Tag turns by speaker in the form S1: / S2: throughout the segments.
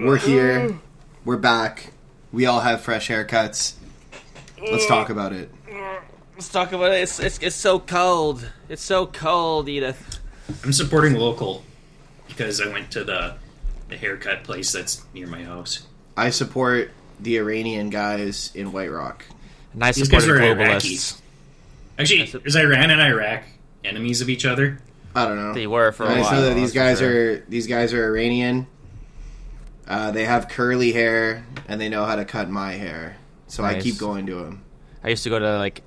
S1: We're here. We're back. We all have fresh haircuts. Let's talk about it.
S2: Let's talk about it. It's, it's, it's so cold. It's so cold, Edith.
S3: I'm supporting local because I went to the the haircut place that's near my house.
S1: I support the Iranian guys in White Rock.
S2: Nice
S3: These
S2: supportive
S3: guys are
S2: globalists.
S3: Actually,
S2: That's a-
S3: is Iran and Iraq enemies of each other?
S1: I don't know.
S2: They were for a
S1: I
S2: while.
S1: just know that these guys
S2: that's for sure.
S1: are these guys are Iranian. Uh, they have curly hair and they know how to cut my hair, so I
S2: Nice.
S1: keep going to them.
S2: I used to go to like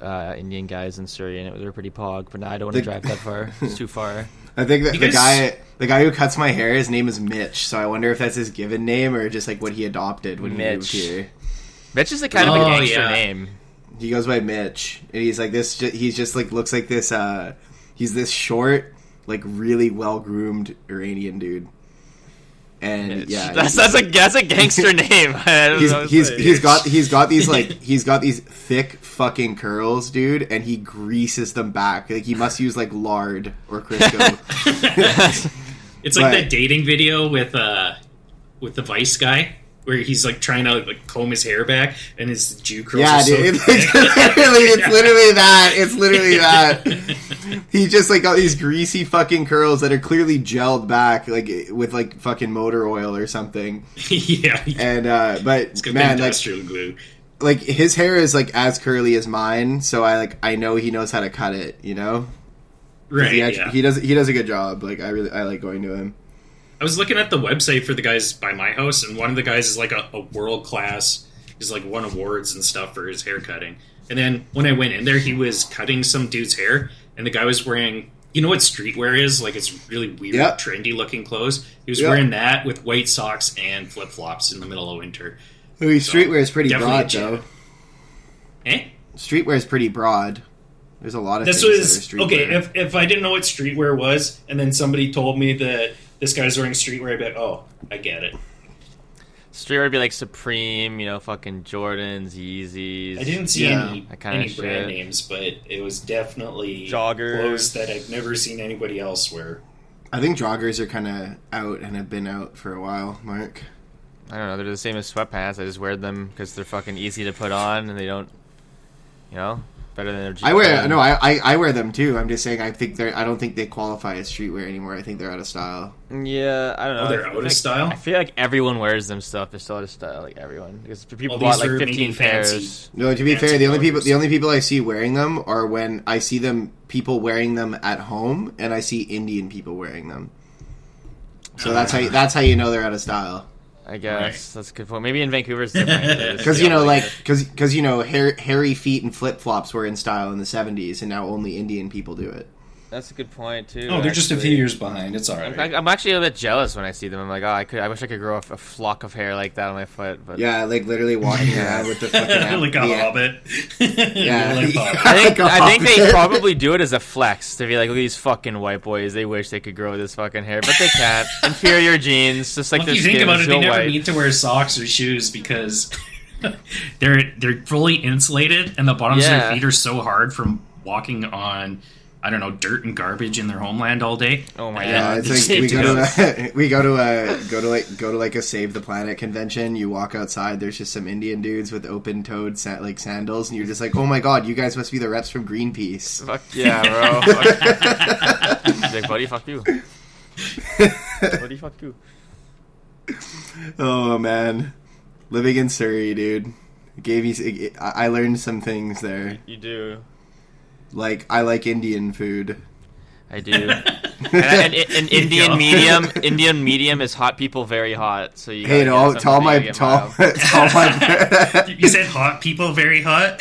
S2: uh, Indian guys in Surrey, and it, they were pretty pog. But now I don't want to
S1: The-
S2: drive that far. It's too far.
S1: I think that
S3: You
S1: the
S3: guys-
S1: guy the guy who cuts my hair, his name is Mitch. So I wonder if that's his given name or just like what he adopted when he moved
S2: Mitch.
S1: here.
S2: Mitch is the kind of a
S3: Oh,
S2: gangster
S3: yeah.
S2: name.
S1: He goes by Mitch, and he's like this. ju- He's just like looks like this. uh He's this short, like really well groomed Iranian dude. And yeah,
S2: that's that's a that's a gangster name. I don't
S1: he's
S2: know what to
S1: he's,
S2: say.
S1: he's got he's got these like he's got these thick fucking curls, dude, and he greases them back. Like he must use like lard or Crisco.
S3: It's like
S1: Right.
S3: that dating video with uh with the Vice guy where he's like trying to like comb his hair back and his Jew curls.
S1: yeah,
S3: are so
S1: dude, it's, it's
S3: thick.
S1: literally it's literally that. It's literally that. He just like got these greasy fucking curls that are clearly gelled back, like with like fucking motor oil or something.
S3: yeah, it's
S1: And uh but
S3: got the
S1: man, like
S3: industrial glue.
S1: like his hair is like as curly as mine, so I like I know he knows how to cut it. You know,
S3: Right.
S1: he, act-
S3: yeah.
S1: he does he does a good job. Like I really I like going to him.
S3: I was looking at the website for the guys by my house, and one of the guys is like a, a world class. He's like won awards and stuff for his hair cutting. And then when I went in there, he was cutting some dude's hair, and the guy was wearing. You know what streetwear is? Like it's really weird,
S1: Yep.
S3: trendy looking clothes. He was
S1: Yep.
S3: wearing that with white socks and flip flops in the middle of winter.
S1: Louis streetwear is pretty
S3: definitely a
S1: broad
S3: gem.
S1: though.
S3: Eh?
S1: Streetwear is pretty broad. There's a lot of
S3: This
S1: things
S3: was
S1: that are streetwear.
S3: okay. If, if I didn't know what streetwear was, and then somebody told me that this guy's wearing streetwear, I'd be like, oh, I get it.
S2: Streetwear would be like Supreme, you know, fucking Jordans, Yeezys.
S3: I didn't see
S1: Yeah,
S3: any,
S2: that kinda
S3: any
S2: shit.
S3: brand names, but it was definitely
S2: Joggers.
S3: clothes that I've never seen anybody else wear.
S1: I think joggers are kind of out and have been out for a while. Mark,
S2: I don't know. They're the same as sweatpants. I just wear them because they're fucking easy to put on and they don't, you know, better than.
S1: I wear no, I, I I wear them too. I'm just saying I think they're I don't think they qualify as streetwear anymore. I think they're out of style.
S2: Yeah, I don't know.
S3: Oh, they're
S2: I
S3: out
S2: feel
S3: of
S2: like-
S3: style?
S2: I feel like everyone wears them stuff. They're still out of style, like everyone. Because people
S3: Well,
S2: bought
S3: these
S2: like
S3: are maybe
S2: 15
S3: fancy.
S2: pairs.
S1: No, to be
S3: Fancy
S1: fair, the only
S3: joggers.
S1: people the only people I see wearing them are when I see them people wearing them at home, and I see Indian people wearing them. So that's how you, that's how you know they're out of style.
S2: I guess that's a good point. Maybe in Vancouver it's different. It's
S1: Because you
S2: got,
S1: know, like, because you know, hair, hairy feet and flip flops were in style in the '70s, and now only Indian people do it.
S2: a- that's a good point too.
S3: Oh, they're just a few
S2: actually.
S3: years behind. It's all
S2: I'm,
S3: right.
S2: I- I'm actually a bit jealous when I see them. I'm like, oh, I could. I wish I could grow a, f- a flock of hair like that on my foot. But
S1: Yeah, like literally walking around with the fucking app-
S3: like a
S1: the app-
S3: hobbit.
S1: Yeah.
S3: Like hobbit.
S2: I
S1: Like
S2: think,
S1: a
S2: I think they
S1: hobbit.
S2: probably do it as a flex to be like, look at these fucking white boys. They wish they could grow this fucking hair, but they can't. Inferior genes, just like
S3: Well,
S2: their
S3: if you think
S2: skin
S3: about
S2: is
S3: it, they
S2: so
S3: never
S2: white.
S3: need to wear socks or shoes because they're they're fully insulated, and the bottoms of
S2: Yeah.
S3: their feet are so hard from walking on. I don't know dirt and garbage in their homeland all day.
S2: Oh my
S1: Yeah,
S2: God.
S1: it's
S3: they
S1: like
S3: stick
S1: we go
S3: together.
S1: to a, we go to a go to like go to like a Save the Planet convention. You walk outside, there's just some Indian dudes with open toed sa- like sandals, and you're just like, oh my god, you guys must be the reps from Greenpeace.
S2: Fuck yeah, bro. Fuck. He's like, buddy, fuck you. buddy, fuck you.
S1: Oh man, living in Surrey, dude, gave me. s- it- it- I I learned some things there.
S2: You do.
S1: Like I like Indian food.
S2: I do. And, and, and Indian
S3: Yeah.
S2: medium, Indian medium is hot people very hot. So you
S1: Hey, to
S2: gotta get
S1: all, to all
S2: something
S1: my,
S2: to get
S1: to all,
S2: mild.
S1: to all my,
S3: You said hot people, very hot.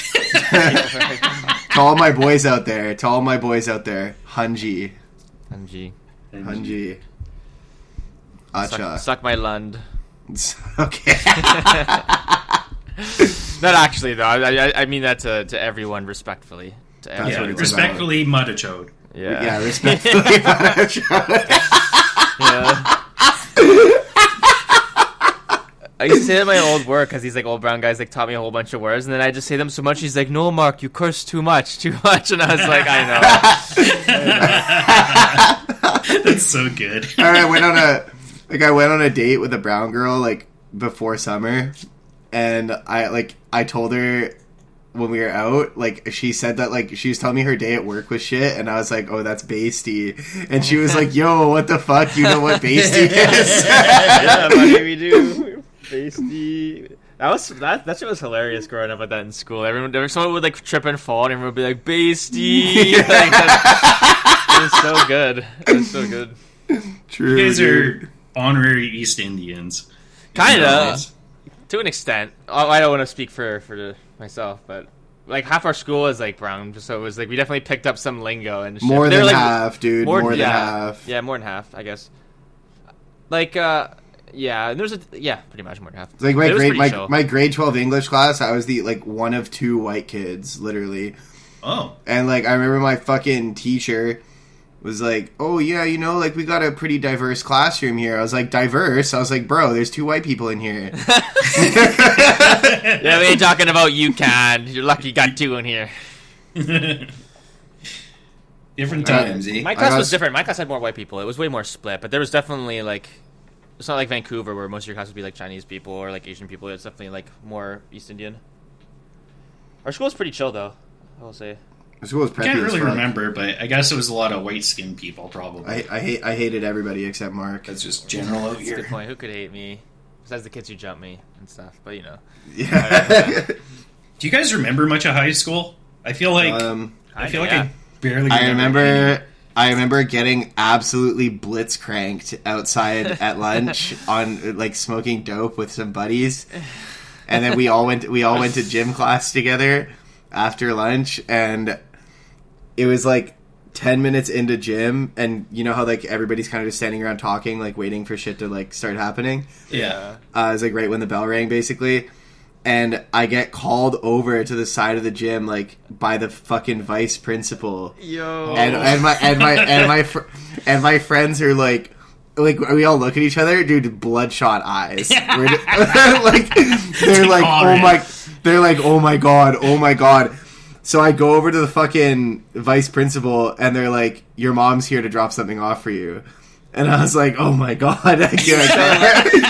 S1: to all my boys out there, to all my boys out there, Hunji,
S2: MG.
S1: Hunji,
S2: Suck,
S1: Acha.
S2: suck my lund.
S1: Okay.
S2: Not actually, though. I, I, I mean that to, to everyone respectfully. To
S1: That's
S3: yeah,
S2: everyone.
S1: what it's
S3: respectfully, Mudachode.
S2: Yeah.
S1: yeah, respectfully, Acha.
S2: Yeah. I used to say that at my old work because these like old brown guys like taught me a whole bunch of words, and then I just say them so much. He's like, "No, Mark, you curse too much, too much," and I was like, "I know."
S3: That's so good.
S1: All right, went on a like I went on a date with a brown girl like before summer, and I like I told her when we were out, like she said that like she was telling me her day at work was shit, and I was like, "Oh, that's basty," and she was like, "Yo, what the fuck? You know what basty is?"
S2: yeah, buddy, we do. Basty. That was that. That shit was hilarious growing up with that in school. Everyone, there was someone would like trip and fall, and everyone would be like, "Basty." Like, that- it was so good. It was so good.
S1: True.
S3: You guys
S1: dude.
S3: are honorary East Indians.
S2: Kinda.
S3: Nice.
S2: to an extent. I I don't want to speak for for the, myself, but like half our school is like brown, so it was like we definitely picked up some lingo and shit.
S1: more
S2: But they
S1: than
S2: were, like,
S1: half, dude. More, than
S2: yeah,
S1: half.
S2: Yeah, more than half, I guess. Like, uh, yeah, and there's a yeah, pretty much more than half.
S1: It's like my
S2: It was
S1: grade
S2: pretty
S1: my,
S2: chill.
S1: my grade twelve English class, I was the like one of two white kids, literally.
S3: Oh,
S1: And like I remember my fucking teacher was like, "Oh yeah, you know, like we got a pretty diverse classroom here." I was like, "Diverse?" I was like, "Bro, there's two white people in here."
S2: yeah, we ain't talking about you, can. You're lucky you got two in here.
S3: different times, eh?
S2: My class
S1: got
S2: was
S1: s-
S2: different. My class had more white people. It was way more split, but there was definitely like it's not like Vancouver where most of your class would be like Chinese people or like Asian people. It's definitely like more East Indian. Our school's pretty chill though. I will say.
S1: This school was preppy
S3: I can't
S1: as
S3: really
S1: fuck.
S3: remember, but I guess it was a lot of white skinned people, probably.
S1: I, I hate I hated everybody except Mark.
S3: That's just general out
S2: That's a good
S3: here.
S2: point. Who could hate me? Besides the kids who jump me and stuff. But you know.
S1: Yeah.
S3: Do you guys remember much of high school? I feel like
S1: um,
S3: I feel like
S2: yeah.
S3: I barely.
S1: I remember I remember getting absolutely blitz cranked outside at lunch on like smoking dope with some buddies. And then we all went we all went to gym class together after lunch and it was like 10 minutes into gym and you know how like everybody's kind of just standing around talking like waiting for shit to like start happening
S3: Yeah.
S1: uh, it was like right when the bell rang basically and i get called over to the side of the gym like by the fucking vice principal
S2: Yo.
S1: and, and my and my and my fr- and my friends are like like we all look at each other dude bloodshot eyes We're d- like they're like oh
S3: Orange.
S1: my they're like oh my god oh my god so i go over to the fucking vice principal and they're like your mom's here to drop something off for you and i was like oh my god Dude, I come-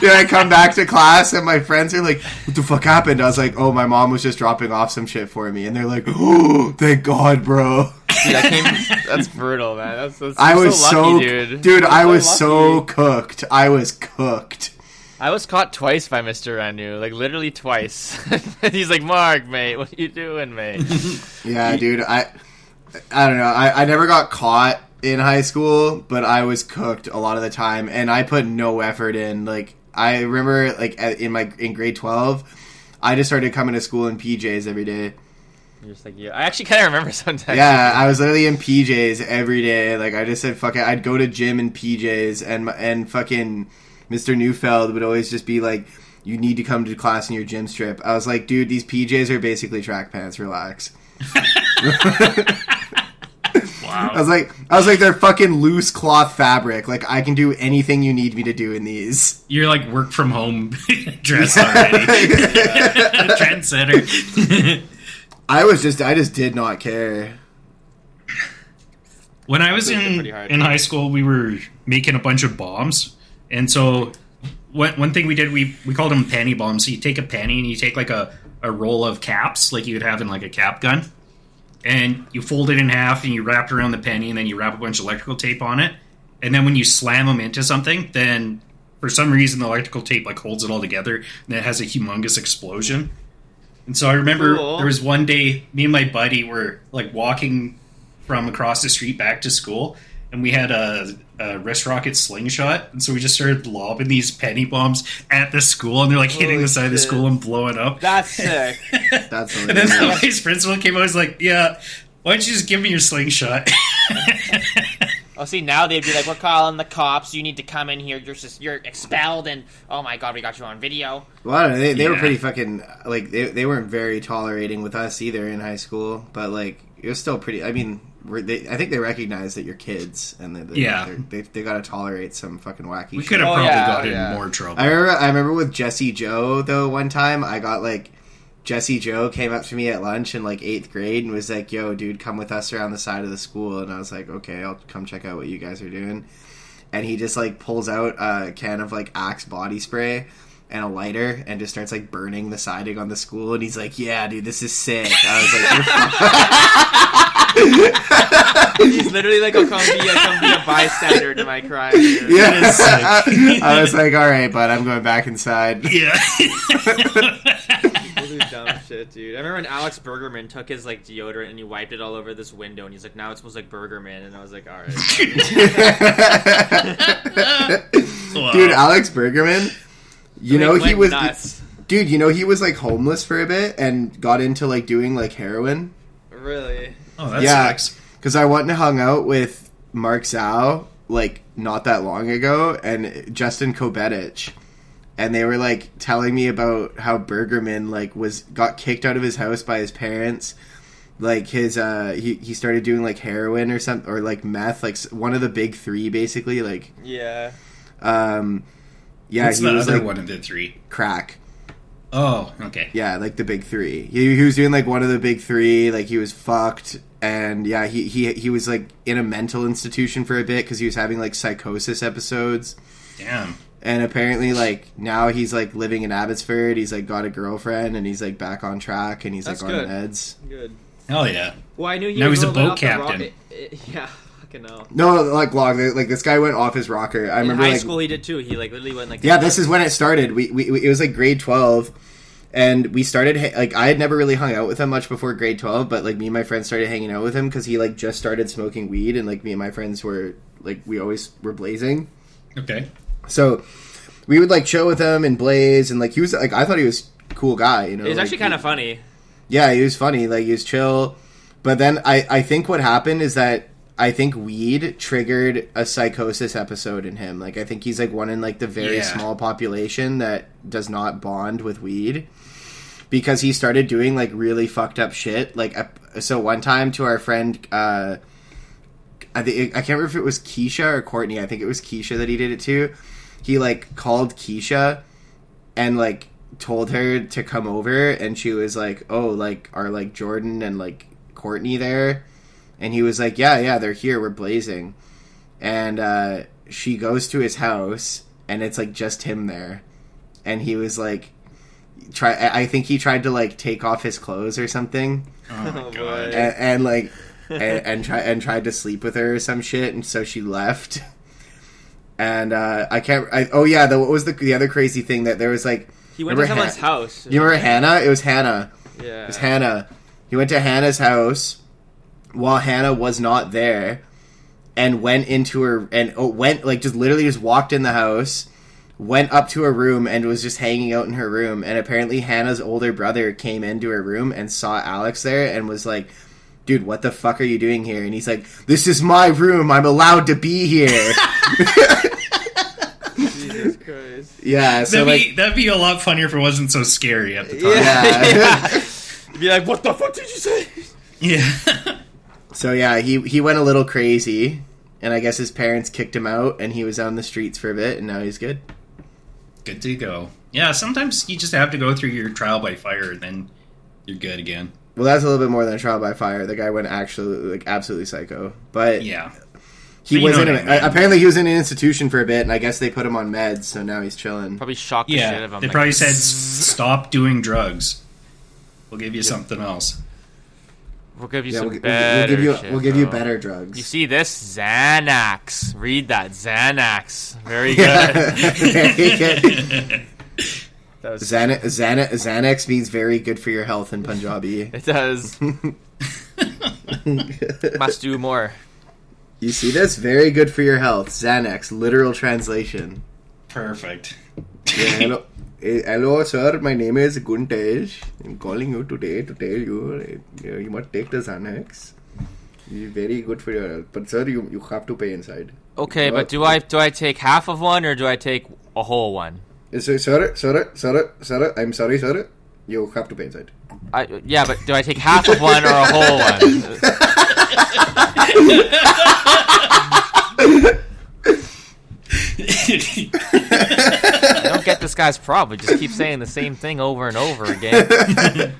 S1: Dude, I come back to class and my friends are like, "What the fuck happened?" I was like, "Oh, my mom was just dropping off some shit for me," and they're like, "Oh, thank God, bro."
S2: Dude, that came, that's brutal, man. That's, that's
S1: I
S2: I'm
S1: was so,
S2: so lucky,
S1: dude.
S2: dude.
S1: I
S2: I'm
S1: was so
S2: lucky.
S1: cooked. I was cooked.
S2: I was caught twice by Mr. Ranu, like literally twice. He's like, Mark, mate, what you doing, mate?
S1: Yeah, dude. I I don't know. I, I never got caught in high school, but I was cooked a lot of the time, and I put no effort in. Like I remember, like at- in my in grade twelve, I just started coming to school in PJs every day.
S2: You're just like, yeah. I actually kind of remember sometimes.
S1: Yeah, I was literally in PJs every day. Like I just said, fuck it. I'd go to gym in PJs, and my- and fucking Mr. Neufeld would always just be like, "You need to come to class in your gym strip." I was like, "Dude, these PJs are basically track pants. Relax." I
S3: Wow.
S1: was like, I was like, they're fucking loose cloth fabric. Like I can do anything you need me to do in these.
S3: You're like work from home dress already. Trendsetter.
S1: I was just, I just did not care.
S3: when I was in
S2: pretty hard.
S3: in high school, we were making a bunch of bombs, and so one one thing we did we we called them panty bombs. So you take a panty and you take like a a roll of caps, like you would have in like a cap gun, and you fold it in half and you wrap it around the penny and then you wrap a bunch of electrical tape on it and then when you slam them into something then for some reason the electrical tape like holds it all together and it has a humongous explosion and so i remember
S2: Cool.
S3: there was one day me and my buddy were like walking from across the street back to school and we had a, a wrist rocket slingshot and so we just started lobbing these penny bombs at the school and they're like hitting
S2: Holy
S3: the side of the
S2: shit.
S3: school and blowing up
S2: That's sick.
S1: That's
S3: and then the
S1: hilarious.
S3: vice principal came out was like, Yeah, why don't you just give me your slingshot?
S2: Oh, see, now they'd be like, we're calling the cops. You need to come in here. You're just, you're expelled, and oh my god, we got you on video.
S1: Well, I don't know, they, they were
S3: Yeah.
S1: pretty fucking like they, they weren't very tolerating with us either in high school, but like it was still pretty. I mean, we're, they, I think they recognize that you're kids and they, they,
S3: Yeah.
S1: they're- they they got to tolerate some fucking wacky.
S3: we
S1: shit.
S3: could have
S2: Oh,
S3: probably
S2: yeah,
S3: got
S2: yeah.
S3: in more trouble.
S1: I remember. I remember with Jesse Joe though. One time, I got like Jesse Joe came up to me at lunch in like eighth grade and was like, "Yo, dude, come with us around the side of the school." And I was like, "Okay, I'll come check out what you guys are doing." and he just like pulls out a can of like Axe body spray and a lighter and just starts like burning the siding on the school. And he's like, "Yeah, dude, this is sick." I was like,
S2: He's literally like, "I'll come be, I'll come be a bystander to my crime." here."
S1: "Yeah."
S3: It is sick.
S1: I was like, "All right, but I'm going back inside."
S2: People do
S3: Yeah.
S2: dumb shit, dude. I remember when Alex Bergerman took his like deodorant and he wiped it all over this window, and he's like, "Now it smells like Bergerman," and I was like, "All right."
S3: Wow.
S1: Dude, Alex Bergerman, you know
S2: Like,
S1: he
S2: went
S1: was
S2: nuts.
S1: dude, you know he was like homeless for a bit and got into like doing like heroin.
S2: really.
S3: oh, that
S1: yeah.
S3: sucks.
S1: Cuz I went and hung out with Mark Zhao like not that long ago and Justin Kobetich and they were like telling me about how Bergerman like was got kicked out of his house by his parents. Like his uh he he started doing like heroin or something or like meth like s- one of the big 3 basically like
S2: Yeah.
S1: um yeah,
S3: What's
S1: he
S3: the
S1: was
S3: other
S1: like
S3: one of the three?
S1: crack.
S3: Oh, okay.
S1: Yeah, like the big three. He, he was doing like one of the big three. Like he was fucked, and yeah, he he he was like in a mental institution for a bit because he was having like psychosis episodes.
S3: Damn.
S1: And apparently, like now he's like living in Abbotsford. He's like got a girlfriend, and he's like back on track, and he's
S2: That's
S1: like
S2: good.
S1: on meds.
S2: Good.
S3: Hell yeah.
S2: Well, I knew he.
S3: Now
S2: was
S3: he's a
S2: rolling
S3: boat
S2: off the rock-
S3: captain.
S2: I- I- yeah. Fucking hell.
S1: No, like log, like this guy went off his rocker. I
S2: In
S1: remember
S2: high
S1: like
S2: school, he did too. He like literally went like.
S1: yeah this is when it started we, we, we it was like grade 12 and we started ha- like i had never really hung out with him much before grade 12 but like me and my friends started hanging out with him because he like just started smoking weed and like me and my friends were like we always were blazing
S3: Okay.
S1: so we would like chill with him and blaze and like he was like i thought he was a cool guy you know
S2: It's
S1: like,
S2: actually
S1: he-
S2: kind of funny.
S1: yeah, he was funny. Like he was chill. But then I, I think what happened is that I think weed triggered a psychosis episode in him. Like I think he's like one in like the very
S3: Yeah.
S1: small population that does not bond with weed because he started doing like really fucked up shit. Like ep- so one time to our friend uh I think I can't remember if it was Keisha or Courtney. I think it was Keisha that he did it to. He like called Keisha and like told her to come over and she was like, "Oh, like are like Jordan and like Courtney there?" And he was like, "Yeah, yeah, they're here. We're blazing." And uh she goes to his house and it's like just him there. And he was like try I I think he tried to like take off his clothes or something
S3: Oh, my
S2: Oh,
S3: God.
S2: boy.
S1: and, and like and, and try and tried to sleep with her or some shit, and so she left. And uh, I can't. I, oh yeah, the, what was the the other crazy thing that there was like?
S2: He went
S1: Remember
S2: to someone's
S1: Han-
S2: house.
S1: You remember Hannah? It was Hannah. It was
S2: yeah.
S1: Hannah. He went to Hannah's house while Hannah was not there, and went into her and oh, went like just literally just walked in the house, went up to her room and was just hanging out in her room. And apparently Hannah's older brother came into her room and saw Alex there and was like. Dude, what the fuck are you doing here? And he's like, "This is my room. I'm allowed to be here."
S2: Jesus Christ.
S1: yeah, so
S3: That'd,
S1: like,
S3: be, that'd be a lot funnier if it wasn't so scary at the time.
S1: Yeah.
S2: yeah. Be like, what the fuck did you say?
S3: Yeah.
S1: So yeah, he he went a little crazy, and I guess his parents kicked him out, and he was on the streets for a bit, and now he's good.
S3: good to go. Yeah, sometimes you just have to go through your trial by fire and then you're good again.
S1: Well, that's a little bit more than a trial by fire. The guy went actually like absolutely psycho, but
S3: Yeah.
S1: he
S3: But you
S1: was
S3: know
S1: in. A,
S3: what I mean.
S1: apparently, he was in an institution for a bit, and I guess they put him on meds, so now he's chilling.
S2: Probably shocked the shit
S3: Yeah.
S2: out of him.
S3: They
S2: like,
S3: probably said, stop doing drugs. We'll give you something else.
S2: we'll give you
S1: Yeah,
S2: some
S1: we'll, gi- we'll- we'll
S2: better
S1: give you
S2: shit,
S1: we'll give you
S2: bro.
S1: better
S2: You
S1: drugs.
S2: see this Xanax? Read that Xanax. Very good.
S1: Yeah. Very good.
S2: That was-
S1: Xana, Xana, Xanax means very good for your health in Punjabi.
S2: It does. Must do more.
S1: you see this? Very good for your health. Xanax, literal translation.
S3: Perfect.
S1: Yeah, hello. Eh, Hello, sir. My name is Guntesh. I'm calling you today to tell you eh, you must take the Xanax. It's very good for your health. But, sir, you, you have to pay inside.
S2: Okay,
S1: Well-
S2: but do I do I take half of one or do I take a whole one?
S1: Eh, Sir, sir, sir, sir, sir, I'm sorry, sir. You have to pay inside.
S2: I, yeah, but do I take half of one or a whole one? I don't get this guy's problem. He just keeps saying the same thing over and over again.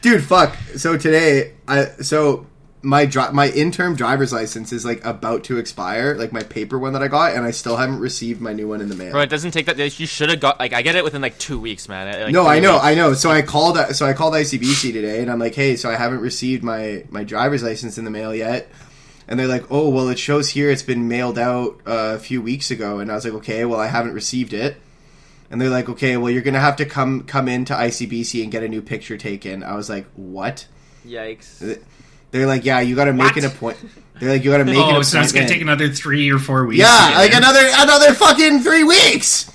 S1: Dude, fuck. So, today, I so my dri- my interim driver's license is like about to expire, like my paper one that I got, and I still haven't received my new one in the mail.
S2: Bro, it doesn't take that. You should have got like I get it within like two weeks, man. Like,
S1: no,
S2: three
S1: I know,
S2: weeks.
S1: I know. So I called, so I called ICBC today, and I'm like, hey, so I haven't received my my driver's license in the mail yet, and they're like, oh, well, it shows here it's been mailed out uh, a few weeks ago, and I was like, okay, well, I haven't received it, and they're like, okay, well, you're gonna have to come come into ICBC and get a new picture taken. I was like, what?
S2: Yikes.
S1: They're like, yeah, you got to make
S3: What?
S1: an appointment. They're like, you got to make an
S3: Oh,
S1: appointment.
S3: so it's gonna take another three or four weeks. to
S1: yeah,
S3: get
S1: like
S3: there.
S1: another another fucking three weeks.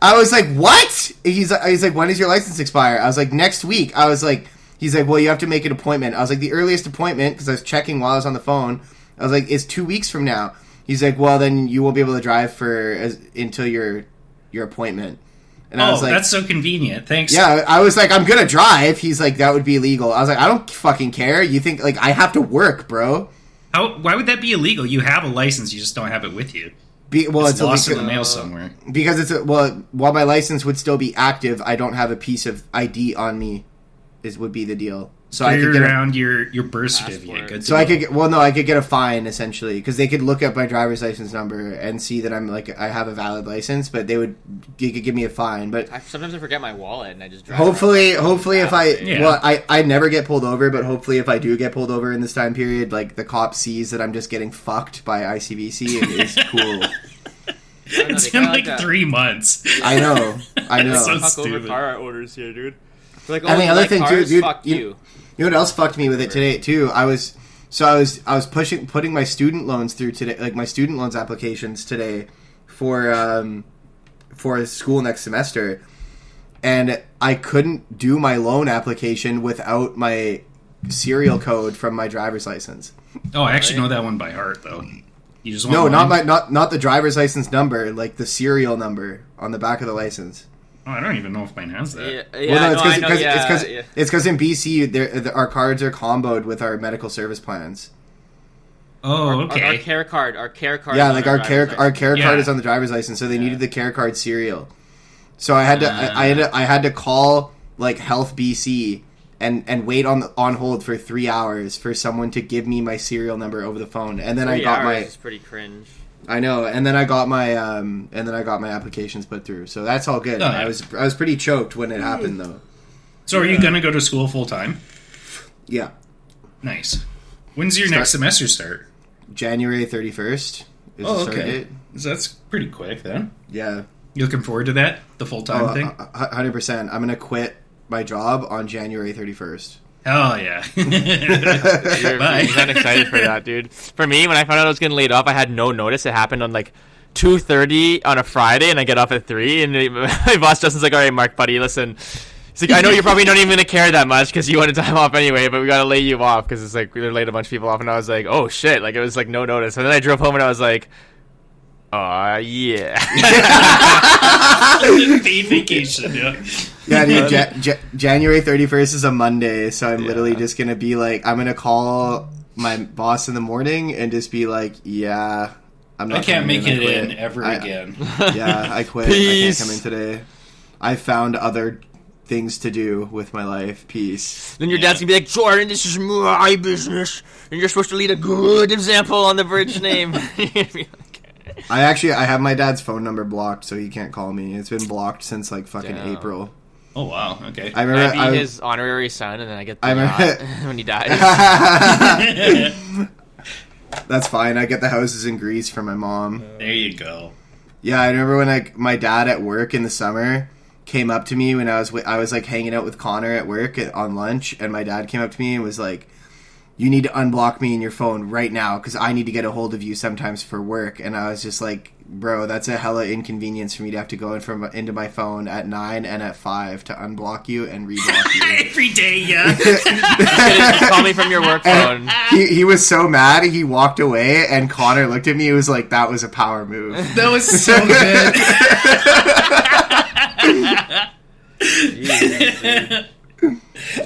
S1: I was like, "What?" He's he's like, "When does your license expire?" I was like, "Next week." I was like, "He's like, well, you have to make an appointment." I was like, "The earliest appointment," because I was checking while I was on the phone. I was like, "It's two weeks from now." He's like, "Well, then you won't be able to drive for as, until your your appointment." And I
S3: Oh,
S1: was like,
S3: that's so convenient. Thanks.
S1: "Yeah." I was like, "I'm gonna drive." He's like, "That would be illegal." I was like, "I don't fucking care." You think like I have to work, bro?
S3: How, why would that be illegal? You have a license, you just don't have it with you.
S1: Be, well,
S3: It's,
S1: it's,
S3: lost
S1: illegal.
S3: in the mail somewhere.
S1: because it's a, well while my license would still be active i don't have a piece of id on me is would be the deal so i could
S3: Figure
S1: get a,
S3: around your, your birth certificate.
S2: Passport.
S3: Good to
S1: so i
S3: go.
S1: could get, well no i could get a fine essentially because they could look up my driver's license number and see that i'm like i have a valid license but they would they could give me a fine but
S2: I, sometimes I forget my wallet and I just drive.
S1: hopefully hopefully if i
S3: Yeah.
S1: well I, I never get pulled over but hopefully if i do get pulled over in this time period like the cop sees that i'm just getting fucked by icbc and is cool
S2: around.
S3: It's
S2: I don't
S3: been
S2: know, they
S3: like
S2: kinda that.
S3: three months.
S1: i know i know
S3: So
S2: fuck over
S3: Stupid.
S2: car orders here, dude. It's Like, oh,
S1: And the
S2: you
S1: other
S2: like
S1: thing, too,
S2: cars?
S1: dude,
S2: fuck
S1: you-
S2: you.
S1: You know what else fucked me with it today too? I was so I was I was pushing putting my student loans through today, like my student loans applications today for um, for school next semester, and I couldn't do my loan application without my serial code from my driver's license.
S3: Oh, I actually know that one by heart, though. You just want
S2: Oh,
S1: No, not my
S3: mine?
S1: not not the driver's license number, like the serial number on the back of the license.
S3: Oh, I don't even know if mine has that.
S2: Yeah, yeah,
S1: Well, no,
S2: no, I know,
S1: it's
S2: yeah,
S1: because
S2: yeah.
S1: it's because in BC there, there, our cards are comboed with our medical service plans.
S3: Oh,
S2: Our, our
S3: okay.
S2: care card, our care card.
S1: yeah,
S2: is
S1: like
S2: on
S1: our care
S2: driver's
S1: our care card
S3: Yeah.
S1: is on the driver's license, so they needed the care card serial. So I had to I, I had to, I had to call like Health BC and and wait on the, on hold for three hours for someone to give me my serial number over the phone, and then
S2: license.
S1: I got
S2: Three hours is pretty cringe.
S1: my I know, and then I got my um and then I got my applications put through. So that's all good.
S3: Oh,
S1: I
S3: yeah.
S1: was I was pretty choked when it happened though.
S3: So, are you going to go to school full time?
S1: Yeah,
S3: Nice. When's your next semester start?
S1: January thirty first is the
S3: Oh,
S1: start
S3: okay.
S1: date.
S3: So that's pretty quick then.
S1: Yeah.
S3: You looking forward to that? The full
S1: Oh,
S3: time thing?
S1: uh, hundred percent. I'm gonna quit my job on January thirty first.
S3: Hell yeah.
S2: You're,
S3: Bye.
S2: you're not excited for that, dude. For me, when I found out I was getting laid off, I had no notice. It happened on like. 2.30 on a Friday and I get off at 3 and the- my boss Justin's like, alright Mark, buddy, listen. He's like, I know you're probably not even going to care that much because you wanted time off anyway, but we got to lay you off because it's like, they laid a bunch of people off and I was like, oh shit, like it was like no notice. And then I drove home and I was like, aw yeah.
S3: Paid vacation, yeah.
S1: Yeah, dude. Ja- Ja- January thirty first is a Monday, so I'm literally just gonna be like, I'm gonna call my boss in the morning and just be like, yeah, I'm not.
S3: I can't
S1: coming
S3: make it
S1: I quit.
S3: in ever
S1: I-
S3: again.
S1: Yeah, I quit.
S2: Peace.
S1: I can't come in today. I found other things to do with my life. Peace.
S2: Then your dad's gonna be like, Jordan, this is my business, and you're supposed to lead a good example on the bridge name. You're gonna be like,
S1: I actually I have my dad's phone number blocked, so he can't call me. It's been blocked since like fucking
S2: Damn.
S1: April.
S3: Oh, wow. Okay.
S1: I
S2: I'd
S1: remember.
S2: be
S1: I was-
S2: his honorary son, and then I get the
S1: I remember-
S2: yacht when he dies.
S1: That's fine. I get the houses in Greece from my mom.
S3: there you go.
S1: Yeah, I remember when I, my dad at work in the summer came up to me when I was wi- I was like hanging out with Connor at work at, on lunch, and my dad came up to me and was like, "You need to unblock me in your phone right now because I need to get a hold of you sometimes for work." And I was just like, "Bro, that's a hella inconvenience for me to have to go in from into my phone at nine and at five to unblock you and reblock you."
S3: Every day, yeah.
S2: Call me from your work phone.
S1: He, he was so mad he walked away and Connor looked at me and was like that was a power move.
S3: that was so good.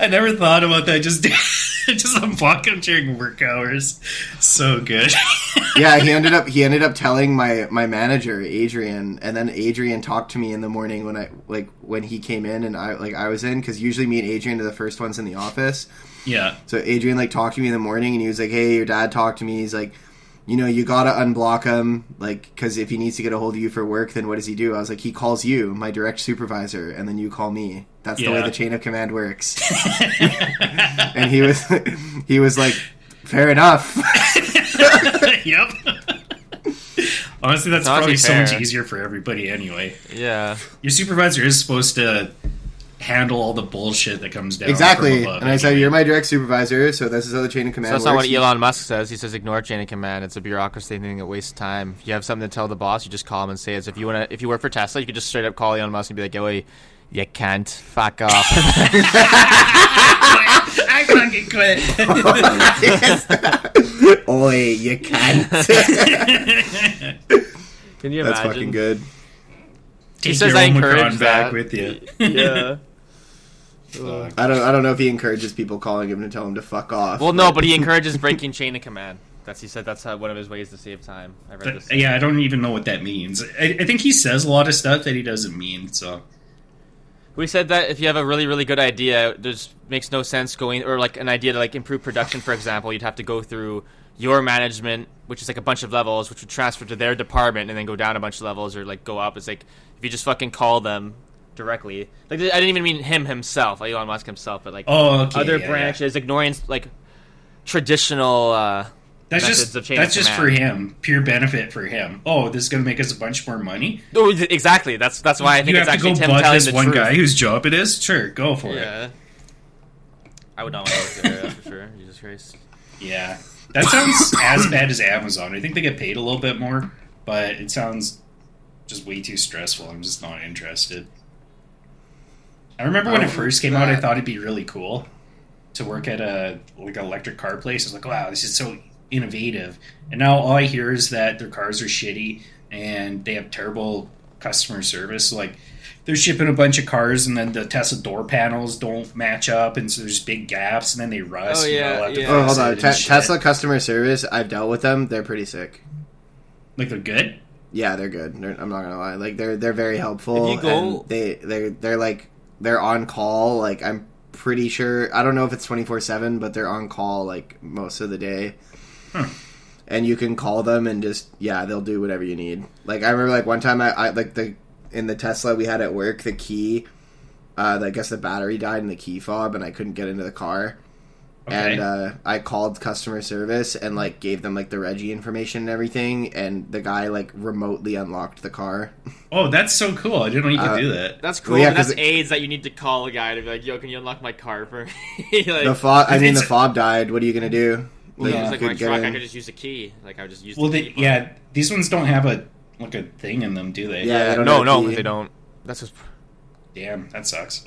S3: I never thought about that. Just just unblock him during work hours. So good.
S1: yeah, he ended up he ended up telling my my manager Adrian, and then Adrian talked to me in the morning when I like when he came in and I like I was in because usually me and Adrian are the first ones in the office.
S3: Yeah.
S1: So Adrian like talked to me in the morning and he was like, "Hey, your dad talked to me. He's like, you know, you gotta unblock him, like, because if he needs to get a hold of you for work, then what does he do?" I was like, "He calls you, my direct supervisor, and then you call me. That's the way
S3: Yeah.
S1: the chain of command works." and he was he was like, "Fair enough."
S3: yep. Honestly, that's
S2: It's honestly
S3: probably so much
S2: fair.
S3: easier for everybody anyway.
S2: Yeah.
S3: Your supervisor is supposed to handle all the bullshit that comes down.
S1: exactly.
S3: from above
S1: And I said,
S3: anyway.
S1: "You're my direct supervisor, so this is how the chain of command
S2: So that's
S1: works."
S2: not what Elon Musk says. He says ignore chain of command. It's a bureaucracy thing that wastes time. If you have something to tell the boss, you just call him and say it. So if you want to, if you work for Tesla, you could just straight up call Elon Musk and be like, "Yo, hey, you can't fuck off."
S3: I fucking quit.
S2: E
S1: Oi, you can't.
S2: Can you
S1: That's fucking good.
S3: Take
S2: says
S3: your
S2: I
S3: Omicron
S2: encourage that.
S3: back with you.
S2: Yeah.
S3: Fuck.
S1: I don't. I don't know if he encourages people calling him to tell him to fuck off.
S2: Well, no, but he encourages breaking chain of command. That's he said. That's how, one of his ways to save time. I read this.
S3: But, Uh, yeah, I don't even know what that means. I, I think he says a lot of stuff that he doesn't mean. So
S2: We said that if you have a really, really good idea, there's makes no sense going or like an idea to like improve production, for example, you'd have to go through your management, which is like a bunch of levels, which would transfer to their department and then go down a bunch of levels or like go up. It's like if you just fucking call them directly. Like I didn't even mean him himself, like Elon Musk himself, but like
S3: oh, okay,
S2: other
S3: yeah, yeah.
S2: branches, ignoring like traditional. uh
S3: That's
S2: methods
S3: just
S2: of chain
S3: that's
S2: of
S3: just for
S2: command.
S3: him, pure benefit for him. Oh, this is gonna make us a bunch more money.
S2: Oh, th- exactly. That's that's why I think
S3: you
S2: it's
S3: have to go
S2: actually Tim
S3: bug
S2: telling
S3: this
S2: the
S3: one
S2: truth.
S3: guy whose job it is. Sure, go for it.
S2: Yeah. I would not want to work there, that's for sure. Jesus Christ.
S3: Yeah, that sounds as bad as Amazon. I think they get paid a little bit more, but it sounds just way too stressful. I'm just not interested. I remember when
S1: I
S3: it
S1: don't
S3: first
S1: do
S3: came out, I
S1: that.
S3: thought it'd be really cool to work at a like an electric car place. I was like, wow, this is so innovative. And now all I hear is that their cars are shitty and they have terrible customer service. So, like they're shipping a bunch of cars and then the Tesla door panels don't match up and so there's big gaps and then they rust.
S2: Oh,
S3: and
S2: yeah,
S3: they'll have to
S2: yeah.
S1: Oh,
S3: fix
S1: hold on.
S3: it
S1: Te-
S3: and shit.
S1: Tesla customer service. I've dealt with them. They're pretty sick.
S3: like they're good.
S1: Yeah, they're good. They're, I'm not gonna lie. Like they're they're very helpful.
S2: If you go-
S1: and they they're they're like they're on call. Like I'm pretty sure. I don't know if it's 24 seven, but they're on call like most of the day. And you can call them and just yeah, they'll do whatever you need. Like I remember like one time I, I like the in the Tesla we had at work the key. Uh, I guess the battery died in the key fob, and I couldn't get into the car
S3: Okay.
S1: and uh, I called customer service and like gave them like the Reggie information and everything, and the guy like remotely unlocked the car.
S3: oh, that's so cool. I didn't know you could
S1: Uh,
S3: do that.
S2: That's
S1: Well,
S2: cool.
S1: yeah,
S2: but that's
S1: 'cause it-
S2: aids that you need to call a guy to be like, "Yo, can you unlock my car for me?" like,
S1: The fob, I
S3: It's-
S1: mean, the
S3: it's-
S1: fob died. What are you gonna do?
S2: well,
S1: you
S2: it was like
S1: could
S2: my
S1: get
S2: truck. I
S1: in.
S2: could just use a key. Like I would just use.
S3: Well,
S2: the
S3: they,
S2: key for it.
S3: yeah, these ones don't have a like a thing in them, do they?
S1: Yeah. they don't
S2: no,
S1: have a
S2: no,
S1: key.
S2: they don't. That's just.
S3: Damn, that sucks.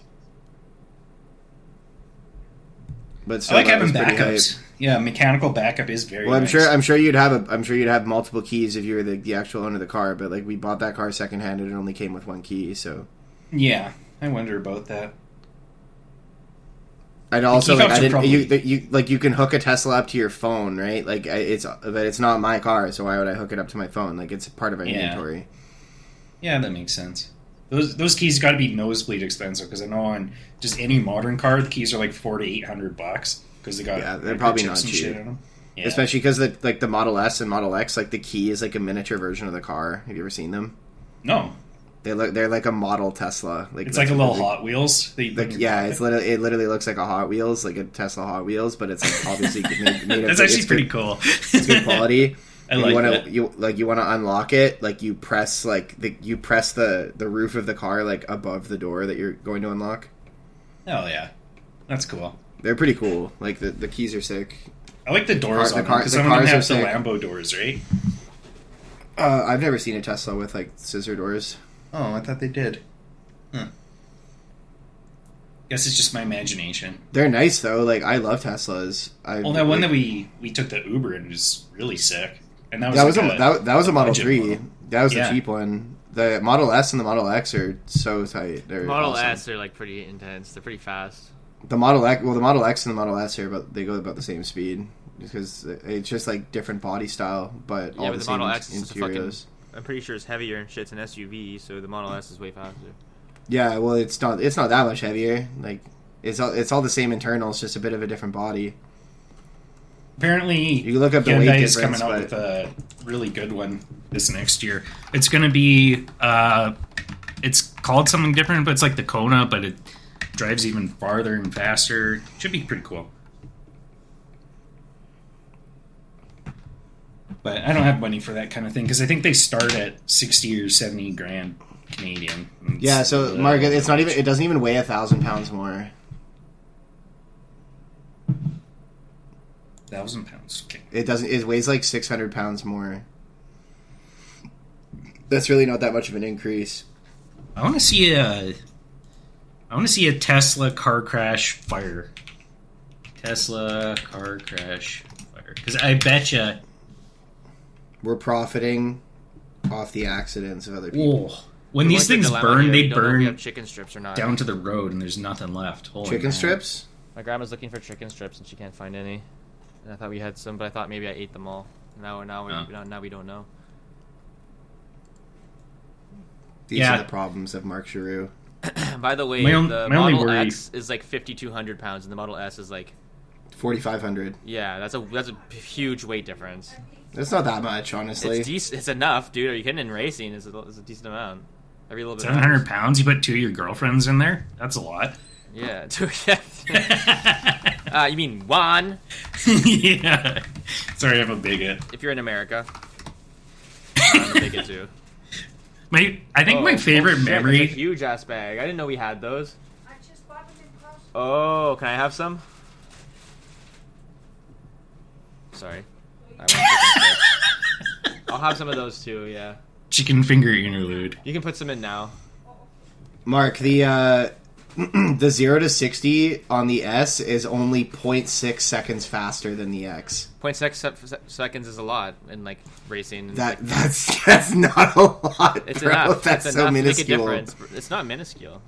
S1: but
S3: I like
S1: that was
S3: having
S1: pretty
S3: backups.
S1: hype.
S3: Yeah, mechanical backup is very.
S1: Well, I'm
S3: nice.
S1: sure. I'm sure you'd have. A, I'm sure you'd have multiple keys if you were the, the actual owner of the car. But like, we bought that car secondhand, and it only came with one key. So
S3: yeah, I wonder about that.
S1: I'd also
S3: key
S1: like
S3: fob's
S1: I
S3: a
S1: didn't.
S3: problem.
S1: You, the- you like you can hook a Tesla up to your phone, right? Like I- it's, but it's not my car, so why would I hook it up to my phone? Like it's part of our
S3: Yeah.
S1: inventory.
S3: Yeah, that makes sense. Those those keys got to be nosebleed expensive because I know on just any modern car the keys are like four to eight hundred bucks because they got
S1: Yeah, they're probably
S3: microchips
S1: not
S3: and
S1: cheap.
S3: shit in 'em. Yeah.
S1: Especially 'cause Especially because the like the Model S and Model X, like the key is like a miniature version of the car. Have you ever seen them?
S3: no,
S1: They look they're like a model Tesla. Like
S3: it's
S1: that's
S3: like a little
S1: what they-
S3: Hot Wheels. That you put
S1: Like,
S3: in your
S1: yeah,
S3: pocket.
S1: it's literally it literally looks like a Hot Wheels, like a Tesla Hot Wheels, but it's like obviously made, made of-
S3: that's actually
S1: it's
S3: pretty
S1: good,
S3: cool.
S1: it's good quality.
S3: I
S1: And
S3: like
S1: you wanna,
S3: that.
S1: You like you want to unlock it. Like you press like the you press the the roof of the car like above the door that you're going to unlock.
S3: Oh yeah, that's cool.
S1: They're pretty cool. Like the, the keys are sick.
S3: I like the doors
S1: The
S3: on
S1: car-
S3: because
S1: the
S3: some of them
S1: cars
S3: have
S1: are
S3: the
S1: sick.
S3: Lambo doors, right?
S1: Uh, I've never seen a Tesla with like scissor doors.
S3: Oh, I thought they did. Huh. Hmm. Guess it's just my imagination.
S1: They're nice though. Like I love Teslas. I
S3: Well, that one
S1: like-
S3: that we we took the Uber and was really sick, and that was
S1: that was
S3: like
S1: a, that, that was a Model
S3: budget
S1: Three.
S3: model.
S1: That was
S3: Yeah.
S1: a cheap one. The Model S and the Model X are so tight. They're
S2: Model
S1: awesome.
S2: S, they're like pretty intense. They're pretty fast.
S1: The Model X, well, the Model X and the Model S are about they go about the same speed because it's just like different body style, but all the,
S2: yeah, but the
S1: same
S2: Model X is such a fucking.
S1: interiors.
S2: I'm pretty sure it's heavier and shit's an SUV, so the Model S is way faster.
S1: Yeah, well, it's not it's not that much heavier. Like it's all it's all the same internals, just a bit of a different body.
S3: Apparently,
S1: You look up the weight
S3: Hyundai is
S1: difference,
S3: coming out
S1: but-
S3: with a really good one this next year. It's going to be, uh, it's called something different, but it's like the Kona, but it drives even farther and faster. Should be pretty cool. But I don't have money for that kind of thing because I think they start at sixty or seventy grand Canadian. It's-
S1: Yeah, so
S3: uh,
S1: Mark, it's not even it doesn't even weigh a thousand pounds more.
S3: thousand pounds. Okay.
S1: It doesn't. It weighs like six hundred pounds more. That's really not that much of an increase.
S3: I want to see a. I want to see a Tesla car crash fire. Tesla car crash fire. Because I bet you.
S1: We're profiting off the accidents of other people.
S3: Whoa. When these
S2: Like the
S3: things
S2: dilemma
S3: burn,
S2: here,
S3: they
S2: you don't know if we have
S3: burn
S2: chicken strips or not.
S3: down to the road, and there's nothing left. Holy
S1: Chicken
S3: man.
S1: strips.
S2: My grandma's looking for chicken strips and she can't find any. And I thought we had some, but I thought maybe I ate them all. Now, now, we,
S3: Oh.
S2: now, now we don't know.
S1: These
S3: Yeah.
S1: are the problems of Mark Giroux.
S2: By the way,
S3: My own-
S2: the
S3: my only
S2: Model
S3: worry-
S2: X is like 5,200 pounds, and the Model S is like,
S1: Forty five hundred.
S2: yeah, that's a that's a huge weight difference.
S1: That's not that much, honestly.
S2: It's dec- It's enough, dude. Are you kidding? In racing, is a, is a decent amount. Every little bit.
S3: Seven hundred pounds. You put two of your girlfriends in there. That's a lot.
S2: matters. Yeah. dude, yeah. uh, you mean one?
S3: yeah. Sorry, I'm a bigot.
S2: If you're in America, I'm a bigot too.
S3: My, I think
S2: Oh,
S3: my
S2: oh
S3: favorite
S2: shit, there's a
S3: memory.
S2: huge ass bag. I didn't know we had those.
S4: I just bought them in Costco.
S2: Oh, can I have some? Sorry. I want chicken strips. I'll have some of those too. Yeah,
S3: Chicken finger interlude.
S2: you can put some in now.
S1: Mark, the uh, the zero to sixty on the S is only 0.6 seconds faster than the X.
S2: Point six se- se- seconds is a lot in like racing. and
S1: That that's that's not a lot,
S2: It's
S1: bro.
S2: enough.
S1: That's
S2: it's
S1: so
S2: enough To
S1: minuscule.
S2: make a difference. It's not minuscule.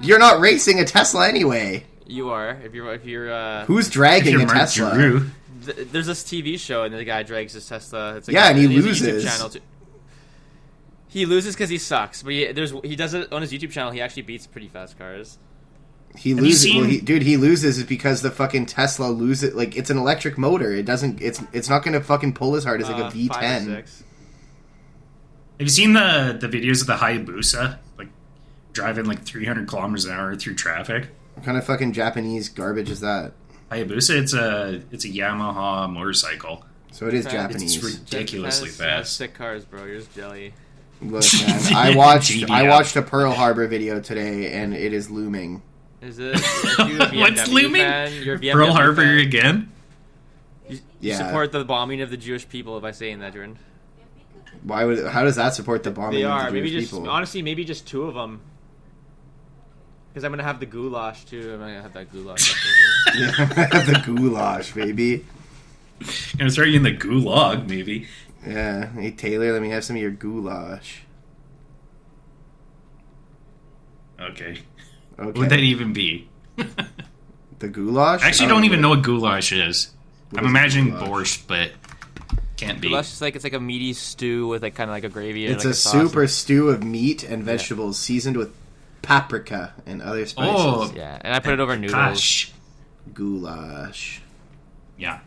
S1: You're not racing a Tesla anyway.
S2: You are if you're if you're. Uh,
S1: Who's
S3: If
S1: dragging
S3: you're
S1: a
S3: Mark
S1: Tesla?
S3: Giroux.
S2: th- there's this TV show and the guy drags his Tesla. It's like
S1: Yeah,
S2: a-
S1: and he
S2: it's a
S1: loses.
S2: YouTube channel too. He loses because he sucks, but he, there's he does it on his YouTube channel. He actually beats pretty fast cars.
S1: He
S3: Have you
S1: loses, well,
S3: seen-
S1: he, dude. He loses is because the fucking Tesla loses. Like it's an electric motor. It doesn't. It's it's not going to fucking pull as hard as like
S2: Uh,
S1: a V
S2: five or
S1: ten.
S2: six.
S3: Have you seen the the videos of the Hayabusa like driving like 300 kilometers an hour through traffic?
S1: What kind of fucking Japanese garbage is that?
S3: Hayabusa, it's a it's a Yamaha motorcycle.
S1: So it is
S2: It's
S1: Japanese.
S3: ri- Ridiculously
S2: Japan has- has
S3: fast.
S2: Sick cars, bro. You're just jelly.
S1: Look, man, I watched I
S3: GDF.
S1: watched a Pearl Harbor video today, and it is looming.
S2: Is it? are you a BMW
S3: What's looming?
S2: Fan? You're a BMW
S3: Pearl Harbor
S2: fan?
S3: again?
S4: Yeah.
S2: You
S1: Yeah.
S2: support the bombing of the Jewish people by saying that, Jordan.
S1: Why would? How does that support the bombing?
S2: They
S1: of the
S2: are. Maybe
S1: Jewish
S2: just
S1: people?
S2: honestly, maybe just two of them. Because I'm gonna have the goulash too. I'm gonna have that goulash. afterwards.
S1: Yeah, the goulash, baby.
S3: Gonna throw you in the gulag, maybe.
S1: Yeah. Hey Taylor, let me have some of your goulash.
S3: Okay.
S1: Okay.
S3: What would that even be?
S1: the goulash.
S3: I actually
S1: Oh,
S3: don't even
S1: what-
S3: know what goulash is.
S1: what
S3: I'm
S1: is
S3: imagining
S1: goulash?
S3: borscht, but can't be.
S2: goulash is like it's like a meaty stew with like kind of like a gravy. and,
S1: It's
S2: like,
S1: a
S2: sauce and-
S1: super stew of meat and vegetables seasoned with paprika and other spices.
S3: Oh,
S2: Yeah, and I put it over noodles.
S3: gosh.
S1: Goulash.
S3: Yeah.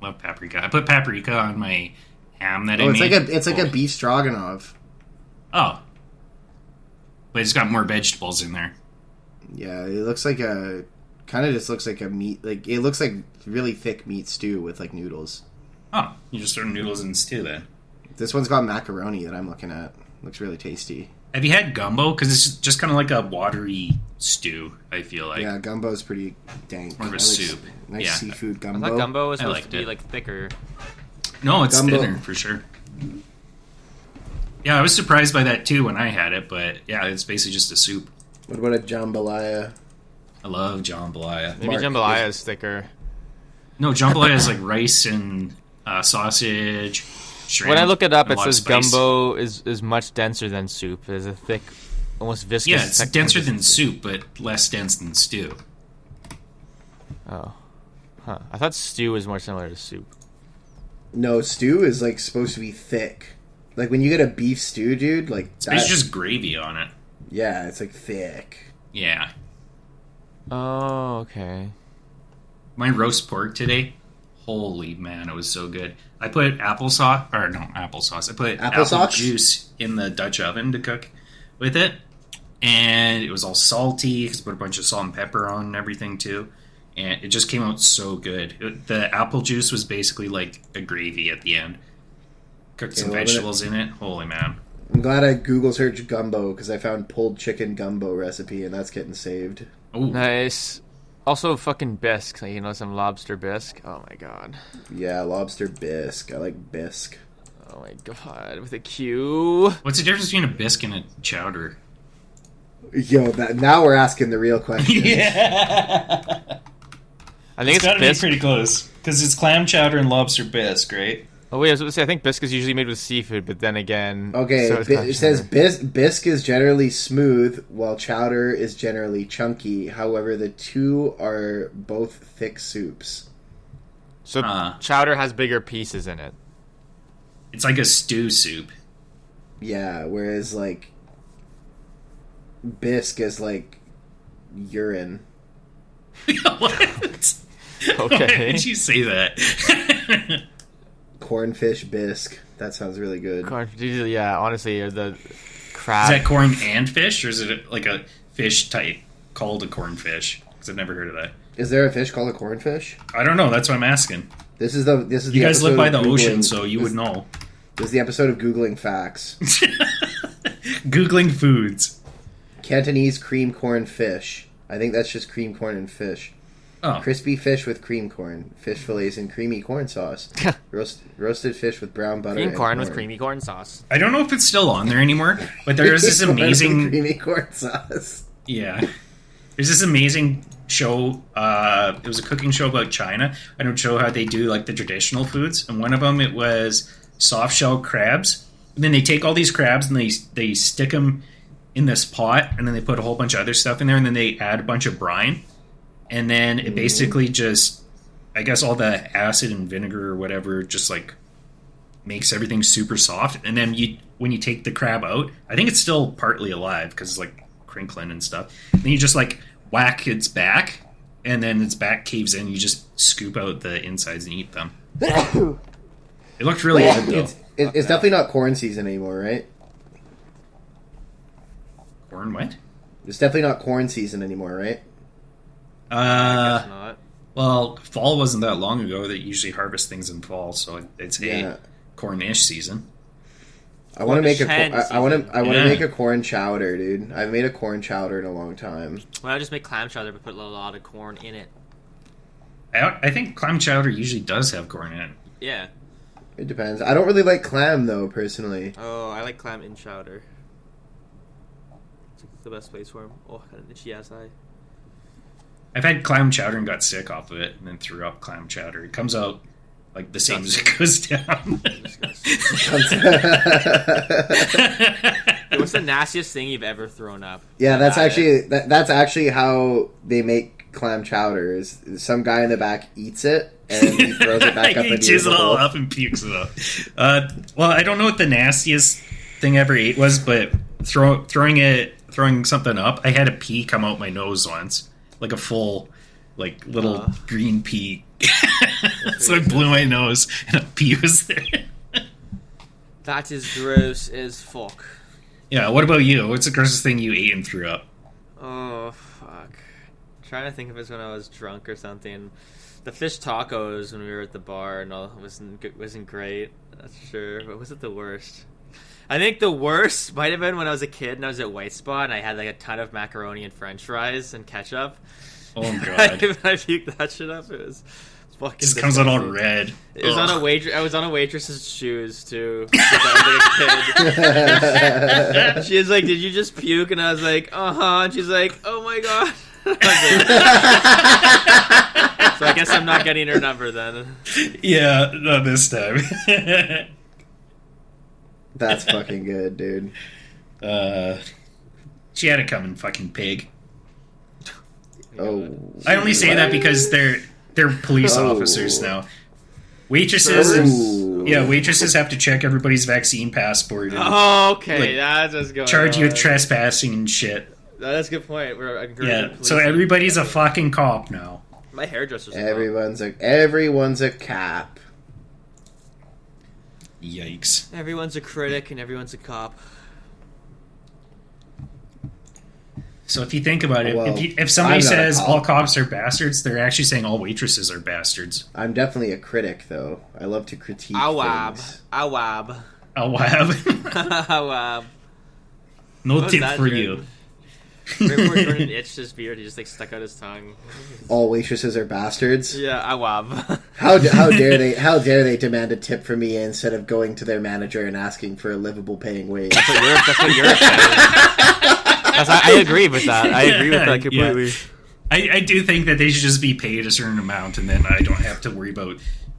S3: Love paprika. I put paprika on my ham that I
S1: Oh, it's
S3: made.
S1: like a it's like a
S3: Oh.
S1: beef stroganoff.
S3: Oh. But it's got more vegetables in there.
S1: Yeah, it looks like a kind of just looks like a meat like it looks like really thick meat stew with like noodles.
S3: Oh, you just throw noodles in stew then.
S1: This one's got macaroni that I'm looking at. Looks really tasty.
S3: Have you had gumbo? Because it's just kind of like a watery stew. I feel like
S1: yeah, gumbo's pretty dank.
S3: More of a
S1: I
S3: soup.
S1: Nice
S3: Yeah.
S1: seafood
S2: I
S1: gumbo.
S2: thought gumbo was
S3: I
S2: supposed to
S3: liked
S2: be
S3: it.
S2: like thicker.
S3: no, it's
S1: Gumbo.
S3: thinner for sure. Yeah, I was surprised by that too when I had it, but yeah, it's basically just a soup.
S1: What about a jambalaya?
S3: I love jambalaya.
S2: Maybe
S1: Mark,
S2: jambalaya is thicker.
S3: No, jambalaya is like rice and uh, sausage. Shrimp,
S2: When I look it up,
S3: and a
S2: it
S3: lot of
S2: says
S3: spice.
S2: gumbo is, is much denser than soup. There's a thick, almost viscous.
S3: Yeah, it's
S2: sec-
S3: denser than soup, but less dense than stew.
S2: Oh. Huh. I thought stew was more similar to soup.
S1: No, stew is like supposed to be thick. Like when you get a beef stew, dude, like
S3: It's
S1: that-
S3: just gravy on it.
S1: yeah, it's like thick.
S3: Yeah.
S2: Oh, okay.
S3: my roast pork today. Holy man, it was so good. I put applesauce or no applesauce. I put apple
S1: Applesauce?
S3: juice in the Dutch oven to cook with it, and it was all salty because put a bunch of salt and pepper on and everything too, and it just came out so good. It- the apple juice was basically like a gravy at the end. Cooked some
S1: Yeah, what about
S3: vegetables in it. Holy man,
S1: I'm glad I Google searched gumbo because I found pulled chicken gumbo recipe and that's getting saved.
S3: oh
S2: Nice. Also, fucking bisque. Like, you know, some lobster bisque. Oh my god.
S1: Yeah, lobster bisque. I like bisque.
S2: Oh my god. With a Q.
S3: What's the difference between a bisque and a chowder?
S1: Yo, that, now we're asking the real question.
S3: yeah.
S2: I think it's, bisque.
S3: close because it's clam chowder and lobster bisque, right?
S2: oh wait, I was going to say I think bisque is usually made with seafood, but then again,
S1: Okay,
S2: so it's
S1: bi-
S2: not
S1: it says
S2: sure.
S1: bis- bisque is generally smooth, while chowder is generally chunky. However, the two are both thick soups.
S2: so
S3: Uh.
S2: chowder has bigger pieces in it.
S3: It's like a stew soup.
S1: Yeah, whereas like bisque is like urine.
S3: what? Why
S2: Okay.
S3: did you say that?
S1: Cornfish bisque. That sounds really good.
S2: Corn- Yeah, honestly,
S5: uh,
S2: or the
S3: is
S2: crab.
S3: that corn and fish, or is it like a fish type called a cornfish? Because I've never heard of that.
S1: Is there a fish called a cornfish?
S3: I don't know. That's why I'm asking.
S1: This is the this is
S3: You
S1: the
S3: guys live
S1: episode
S3: by
S1: of
S3: the ocean,
S1: Googling-
S3: so you
S1: this-
S3: would know.
S1: This is the episode of googling facts.
S3: Googling foods.
S1: Cantonese cream corn fish. I think that's just cream corn and fish.
S3: Oh,
S1: Crispy fish with cream corn, fish fillets and creamy corn sauce, roast, roasted fish with brown butter.
S2: Green
S1: and
S2: corn with creamy corn sauce.
S3: I don't know if it's still on there anymore, but there is this
S1: Corn with
S3: amazing
S1: creamy corn sauce.
S3: Yeah. There's this amazing show. Uh, it was a cooking show about China, and it would show how they do like the traditional foods. And one of them, it was soft shell crabs. And then they take all these crabs and they they stick them in this pot, and then they put a whole bunch of other stuff in there, and then they add a bunch of brine, and then it basically just, I guess, all the acid and vinegar or whatever, just like makes everything super soft. And then you when you take the crab out, I think it's still partly alive because it's like crinkling and stuff. Then you just like whack its back, and then its back caves in. You just scoop out the insides and eat them. it looked really good though.
S1: it's it, it's definitely not corn season anymore, right?
S3: Corn what?
S1: It's definitely not corn season anymore, right?
S3: Uh,
S2: Guess not.
S3: well, fall wasn't that long ago. They usually harvest things in fall, so it's a
S1: Yeah.
S3: cornish season.
S1: I want to make a cor-
S2: Corn
S1: I want to I want to
S3: Yeah.
S1: make a corn chowder, dude. I've made a corn chowder in a long time.
S5: Why not just make clam chowder but put a lot of corn in it?
S3: I, don't- I think clam chowder usually does have corn in it.
S5: Yeah.
S1: It depends. I don't really like clam though, personally.
S5: Oh, I like clam in chowder. It's like the best place for him. Oh, I got an itchy ass eye.
S3: I've had clam chowder and got sick off of it, and then threw up clam chowder. It comes out like the same as it goes down.
S5: What's the nastiest thing you've ever thrown up?
S1: Yeah, that's
S5: Got it.
S1: actually that, that's actually how they make clam chowder. Is some guy in the back eats it and he throws it back up
S3: he
S1: in the
S3: chews it
S1: hole.
S3: all up and pukes it up. Uh, well, I don't know what the nastiest thing I ever ate was, but throw, throwing it, throwing something up, I had a pea come out my nose once, like a full, like little
S5: Uh.
S3: green pea. so I blew my nose, and a pea was there.
S5: That is gross as fuck.
S3: yeah. What about you? What's the grossest thing you ate and threw up?
S5: Oh fuck. trying to think if it's when I was drunk or something. The fish tacos when we were at the bar and all wasn't g- wasn't great. That's for sure. But was it the worst? I think the worst might have been when I was a kid and I was at White Spot and I had like a ton of macaroni and French fries and ketchup.
S3: Oh my
S5: I,
S3: god.
S5: puked that shit up. It was fucking.
S3: just comes out all
S5: disgusting.
S3: red.
S5: It was on a
S3: Ugh.
S5: waitress. I was on a waitress's shoes too. since I was like a kid. She was like, "Did you just puke?" And I was like, "Uh huh." And she's like, "Oh my god." I was like- so I guess I'm not getting her number then.
S3: Yeah, not this time.
S1: That's fucking good, dude.
S3: uh, she had a coming fucking pig.
S1: Oh,
S3: I only say that because they're they're police
S1: Oh.
S3: officers now. Waitresses
S1: Ooh.
S3: and, yeah, waitresses have to check everybody's vaccine passport and
S5: Oh, okay,
S3: Like,
S5: that's what's going
S3: charge you
S5: on.
S3: with trespassing and shit.
S5: That's a good point. We're encouraging
S3: Yeah.
S5: police
S3: So
S5: to-
S3: everybody's a fucking cop now.
S5: My hairdresser's a cop.
S1: everyone's a everyone's a cop.
S3: Yikes.
S5: Everyone's a critic and everyone's a cop.
S3: So if you think about it,
S1: Well,
S3: if, you, if somebody
S1: I'm not a
S3: says
S1: cop.
S3: all cops are bastards, they're actually saying all waitresses are bastards.
S1: I'm definitely a critic, though. I love to critique
S5: Awab.
S1: things.
S5: Awab.
S3: Oh wow.
S5: Awab.
S3: no
S5: was
S3: tip
S5: that,
S3: for
S5: Jordan?
S3: you.
S5: Remember when Jordan itched his beard? He just like stuck out his tongue.
S1: All waitresses are bastards.
S5: Yeah, awab.
S1: How d- how dare they? How dare they demand a tip from me instead of going to their manager and asking for a livable paying wage?
S2: That's what Europe. That's what Europe. Says. That's, I, I agree with that. I agree with that
S3: Yeah.
S2: completely.
S3: I, I do think that they should just be paid a certain amount, and then I don't have to worry about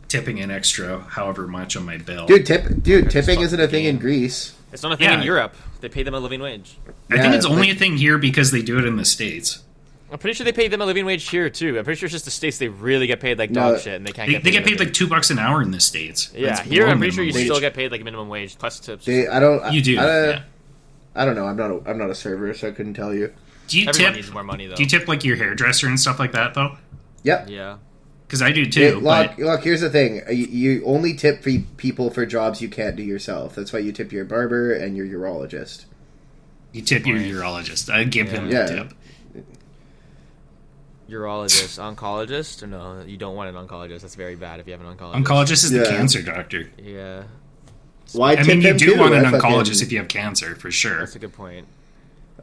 S3: tipping an extra however much on my bill.
S1: dude, tip. Dude, tipping isn't a thing in Greece.
S5: It's not a thing
S3: Yeah.
S5: in Europe. They pay them a living wage.
S3: I think
S1: yeah,
S3: it's only
S1: like-
S3: a thing here because they do it in the states.
S2: I'm pretty sure they pay them a living wage here too. I'm pretty sure it's just the states they really get paid like
S1: No.
S2: dog shit, and they can't.
S3: They,
S2: get
S3: they
S2: paid
S3: get paid
S2: anything.
S3: like two bucks an hour in the states.
S2: yeah.
S3: That's
S2: Here,
S3: low
S2: I'm pretty sure you
S3: minimum wage.
S2: still get paid like minimum wage plus tips.
S1: They, I don't. I-
S3: You do,
S1: I, don't-
S3: yeah.
S1: I don't know. I'm not. A, I'm not a server, so I couldn't tell you.
S3: Do you
S2: Everyone
S3: tip?
S2: needs more money though.
S3: Do you tip like your hairdresser and stuff like that though?
S1: Yep.
S5: Yeah.
S3: Because I do too.
S1: Hey, look,
S3: but
S1: look. Here's the thing: you, you only tip pe- people for jobs you can't do yourself. That's why you tip your barber and your urologist.
S3: you tip your urologist. I give him
S1: Yeah.
S3: a tip.
S5: Urologist, oncologist, or no? You don't want an oncologist. That's very bad if you have an oncologist.
S3: Oncologist is
S1: Yeah.
S3: the cancer doctor.
S5: Yeah,
S1: Why?
S3: I,
S1: tip
S3: mean, you
S1: them
S3: do
S1: too?
S3: want an
S1: I fucking-
S3: oncologist if you have cancer for sure.
S5: that's a good point.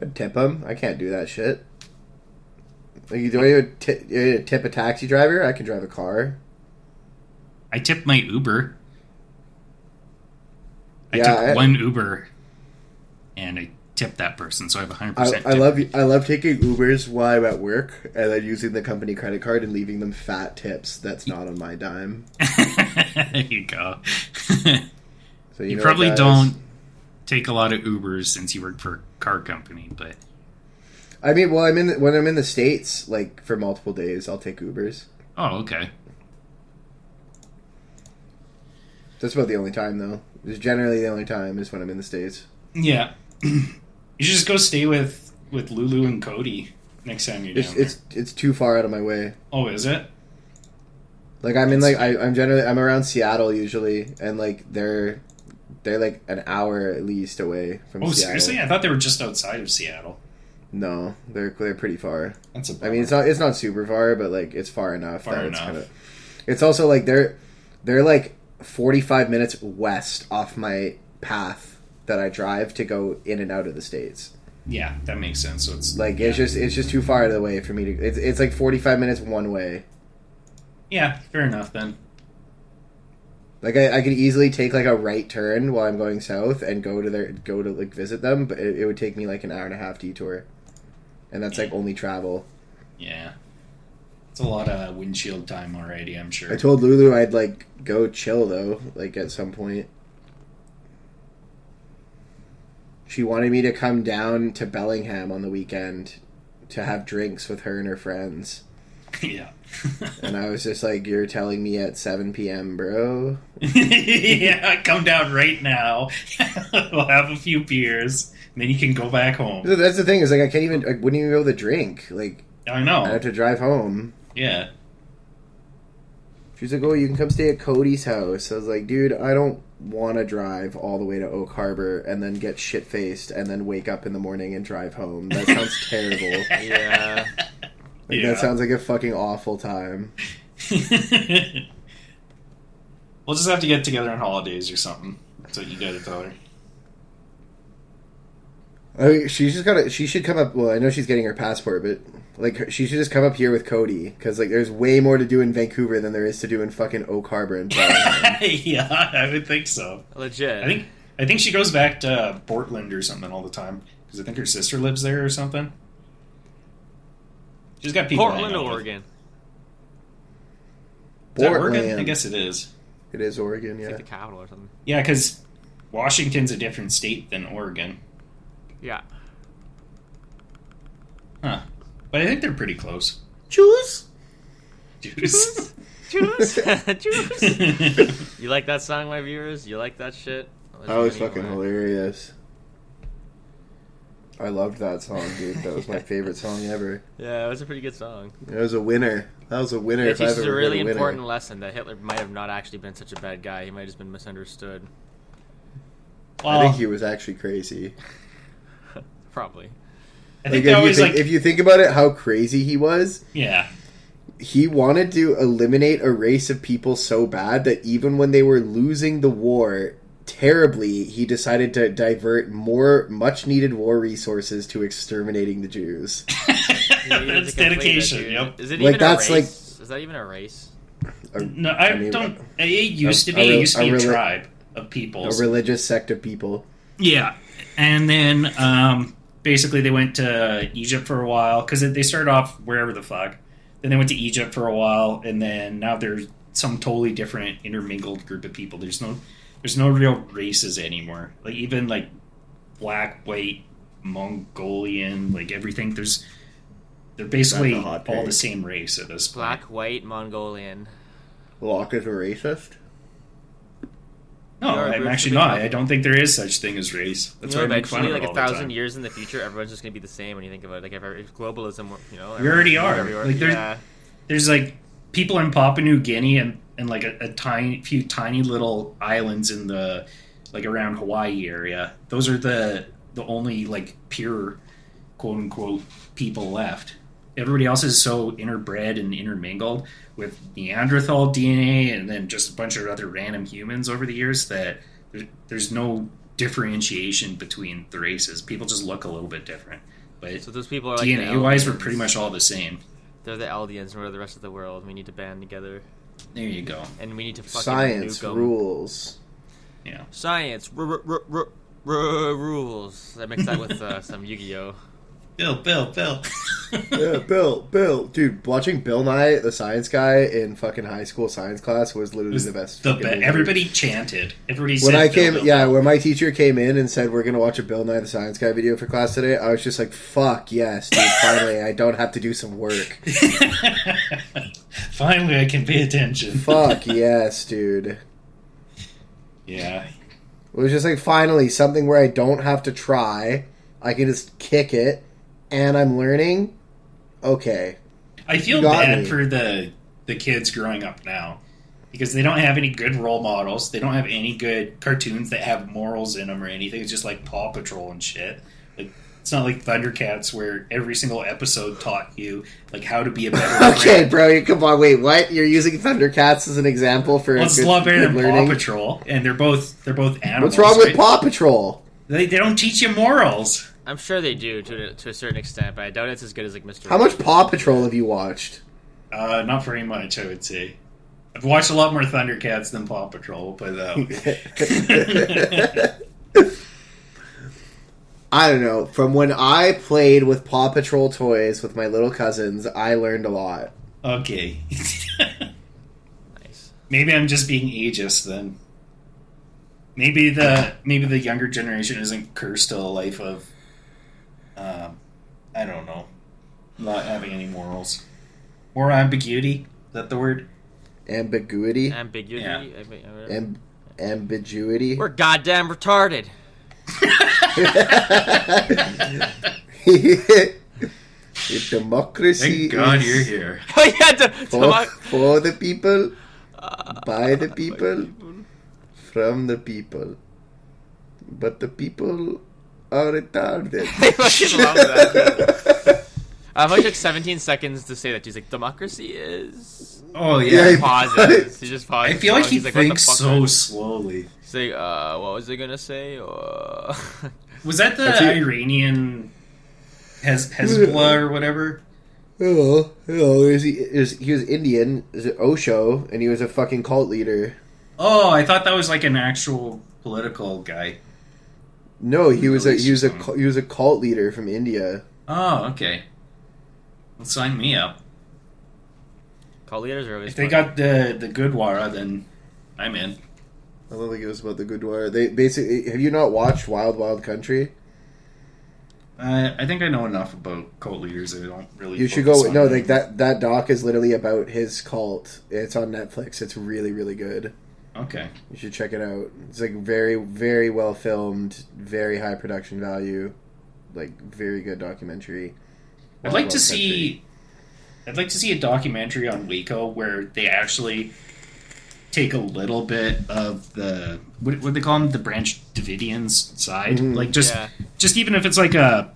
S1: I'd tip them. I can't do that shit. Like, you do I even ti- uh, tip a taxi driver? I can drive a car.
S3: I tipped my Uber. I
S1: Yeah,
S3: took
S1: I-
S3: one Uber, and I tipped that person, so I have hundred
S1: I,
S3: percent.
S1: I love I love taking Ubers while I'm at work, and then using the company credit card and leaving them fat tips. That's not on my dime.
S3: there you go.
S1: So you,
S3: you
S1: know,
S3: probably
S1: guys,
S3: don't take a lot of Ubers since you work for a car company, but
S1: I mean, well, I'm in the, when I'm in the states, like for multiple days, I'll take Ubers.
S3: oh, okay.
S1: That's about the only time, though. It's generally the only time is when I'm in the states.
S3: Yeah, you should just go stay with with Lulu and Cody next time you're
S1: It's it's it's too far out of my way.
S3: oh, is it?
S1: Like I'm in like I, I'm generally I'm around Seattle usually, and like they're they're like an hour at least away from.
S3: Oh,
S1: Seattle.
S3: seriously? I thought they were just outside of Seattle.
S1: No, they're they're pretty far.
S3: That's a
S1: I mean, it's not it's not super far, but like it's far enough.
S3: Far
S1: that It's,
S3: enough.
S1: kinda, it's also like they're they're like 45 minutes west off my path that I drive to go in and out of the states.
S3: yeah, that makes sense. So it's
S1: Like it's just it's just too far out of the way for me to. It's, it's like forty five minutes one way.
S3: yeah, fair enough then.
S1: Like I, I could easily take like a right turn while I'm going south and go to their go to like visit them, but it, it would take me like an hour and a half detour, and that's like only travel.
S3: Yeah. It's a lot of windshield time already, I'm sure.
S1: I told Lulu I'd like go chill though, like at some point. She wanted me to come down to Bellingham on the weekend to have drinks with her and her friends.
S3: yeah.
S1: And I was just like, You're telling me at 7 p.m., bro?
S3: yeah, come down right now. we'll have a few beers, and then you can go back home.
S1: So that's the thing is like I can't even like wouldn't even be able to drink. Like
S3: I
S1: I
S3: know.
S1: have to drive home.
S3: Yeah.
S1: She's like, "Oh, you can come stay at Cody's house." I was like, "Dude, I don't want to drive all the way to Oak Harbor and then get shit faced and then wake up in the morning and drive home. That sounds terrible. Like,
S5: Yeah,
S1: That sounds like a fucking awful time."
S3: we'll just have to get together on holidays or something. That's what you gotta tell her.
S1: I mean, she's just gotta. She should come up. Well, I know she's getting her passport, but like, her- she should just come up here with Cody because like, there's way more to do in Vancouver than there is to do in fucking Oak Harbor and. Portland.
S3: yeah, I would think so.
S5: legit.
S3: I think I think she goes back to Portland or something all the time because I think her sister lives there or something. She's got people. hanging
S5: Portland,
S3: out with.
S5: Oregon.
S3: Is that Oregon?
S1: Portland.
S3: I guess it is.
S1: it is Oregon.
S5: It's
S1: Yeah,
S5: like the capital or something.
S3: Yeah, because Washington's a different state than Oregon,
S5: Yeah,
S3: huh? But I think they're pretty close.
S1: Juice.
S3: Juice.
S2: Juice. Juice. You like that song, my viewers? You like that shit? Was
S1: That
S2: there
S1: was
S2: any
S1: fucking
S2: more?
S1: hilarious. I loved that song, dude. That was my favorite song ever.
S2: Yeah, it was a pretty good song.
S1: It was a winner. That was a winner.
S2: It
S1: if I've
S2: teaches
S1: ever
S2: a really
S1: been a
S2: important
S1: winner.
S2: lesson that Hitler might have not actually been such a bad guy. He might have just been misunderstood.
S1: I
S3: well,
S1: think he was actually crazy.
S2: Probably.
S3: I
S1: Like,
S3: think they
S1: if, you
S3: always
S1: think,
S3: like
S1: if you think about it, how crazy he was,
S3: yeah.
S1: he wanted to eliminate a race of people so bad that even when they were losing the war terribly, he decided to divert more much needed war resources to exterminating the Jews.
S2: He was a
S3: That's
S2: complete
S3: dedication.
S2: dude.
S3: Yep.
S2: Is it
S1: Like,
S2: even
S1: that's
S2: a race? Is that even a race?
S1: A,
S3: No, I,
S1: mean,
S3: don't. It used
S1: a-
S3: to
S1: a
S3: be.
S1: rel-
S3: It used to
S1: a
S3: be a
S1: rela-
S3: tribe of people.
S1: a religious sect of people.
S3: Yeah, and then um, basically they went to Egypt for a while because they started off wherever the fuck. Then they went to Egypt for a while, and then now they're some totally different intermingled group of people. There's no, there's no real races anymore. Like even like black, white, Mongolian, like everything. There's they're basically
S1: That's a hot
S3: all the
S1: take.
S3: same race at this point.
S2: Black, white, Mongolian.
S1: Locke is a racist.
S3: No,
S2: There are
S3: I'm
S2: groups
S3: actually
S2: of
S3: not.
S2: people.
S3: I don't think there is such thing as race. That's
S2: you know,
S3: why I make fun
S2: eventually,
S3: of it
S2: like
S3: all
S2: a
S3: the
S2: thousand
S3: time.
S2: years in the future, everyone's just gonna be the same when you think about it. Like, if, every- if globalism, were- you know,
S3: We already
S2: everyone-
S3: are.
S2: everywhere-
S3: Like, there's-
S2: yeah.
S3: there's like people in Papua New Guinea and, and like a, a tiny few tiny little islands in the like around Hawaii area. Those are the the only like pure quote unquote people left. Everybody else is so interbred and intermingled with Neanderthal DNA and then just a bunch of other random humans over the years that there, there's no differentiation between the races. People just look a little bit different. But
S2: So those people are like the
S3: DNA wise, we're
S2: Eldians.
S3: pretty much all the same.
S2: They're the Eldians, and we're the rest of the world. We need to band together,
S3: There you go.
S2: and we need to fucking
S1: Science
S2: nuke 'em.
S1: rules.
S3: Yeah.
S2: Science r- r- r- r- rules. I mixed that with uh, some Yu-Gi-Oh.
S3: Bill, Bill, Bill.
S1: Yeah, Bill, Bill, dude, watching Bill Nye, the science guy, in fucking high school science class was literally the best.
S3: The
S1: fucking
S3: be-
S1: movie.
S3: everybody chanted. Everybody
S1: when
S3: said
S1: I
S3: Bill,
S1: came,
S3: Bill,
S1: yeah,
S3: Bill.
S1: when my teacher came in and said we're gonna watch a Bill Nye the Science Guy video for class today, I was just like, "Fuck yes, dude! Finally, I don't have to do some work.
S3: Finally, I can pay attention.
S1: Fuck yes, dude."
S3: Yeah.
S1: It was just like, finally, something where I don't have to try. I can just kick it, and I'm learning. Okay,
S3: I feel
S1: You got
S3: bad
S1: me.
S3: for the the kids growing up now because they don't have any good role models. They don't have any good cartoons that have morals in them or anything. It's just like Paw Patrol and shit. Like it's not like Thundercats where every single episode taught you like how to be a better
S1: okay,
S3: friend.
S1: bro. You come on. Wait, what? You're using Thundercats as an example for
S3: Well, it's a
S1: good-
S3: lot better
S1: good
S3: than Paw Patrol, and they're both they're both animals.
S1: What's wrong with
S3: right?
S1: Paw Patrol?
S3: They, they don't teach you morals.
S2: I'm sure they do to a- to a certain extent, but I doubt it's as good as like Mr.
S1: How much Paw Patrol have you watched?
S3: Uh, not very much, I would say. I've watched a lot more Thundercats than Paw Patrol, but uh,
S1: I don't know. From when I played with Paw Patrol toys with my little cousins, I learned a lot.
S3: okay.
S2: Nice.
S3: maybe I'm just being ageist then. Maybe the maybe the younger generation isn't cursed to a life of, um, I don't know, not having any morals, or ambiguity. Is that the word?
S1: Ambiguity,
S2: Ambiguity.
S3: Yeah.
S2: Ambi- whatever.
S1: Am- ambiguity.
S2: We're goddamn retarded.
S1: democracy. is
S3: here.
S2: oh yeah, to, to
S1: For,
S2: my-
S1: for the people, by the people, from the people. But the people are retarded.
S2: I fucking love that. Um, it took 17 seconds to say that. He's like, democracy is.
S3: Oh
S1: Yeah,
S3: yeah.
S1: he-
S2: Pauses. He just
S3: I
S2: pauses.
S3: feel like
S2: Oh, He's
S3: he
S2: what the
S3: thinks
S2: fuck,
S3: so
S2: man?
S3: slowly.
S2: He's like, uh, what was I gonna say? Uh,
S3: Was that the
S1: That's it.
S3: Iranian Hez- Hezbollah or whatever?
S1: Oh, oh, is he is he was Indian? Is it Osho? And he was a fucking cult leader.
S3: Oh, I thought that was like an actual political guy.
S1: No, he was a he was a
S3: Release.
S1: cu- he was a cult leader from India.
S3: Oh, okay. Well, sign me up.
S2: cult leaders are always.
S3: If they
S2: funny.
S3: got the the Gurdwara, then I'm in.
S1: I don't think it was about the Gurdwara. They basically have you not watched Wild Wild Country?
S3: Uh, I think I know enough about cult leaders. that I don't really.
S1: You should
S3: focus
S1: go.
S3: on
S1: No,
S3: them.
S1: like that. That doc is literally about his cult. It's on Netflix. It's really, really good.
S3: Okay.
S1: You should check it out. It's like very, very well filmed, very high production value, like very good documentary.
S3: I'd like to see. I'd like to see a documentary on Waco where they actually take a little bit of the what, what do they call them the Branch Davidians side,
S1: Mhm.
S3: like just
S2: Yeah.
S3: just even if it's like a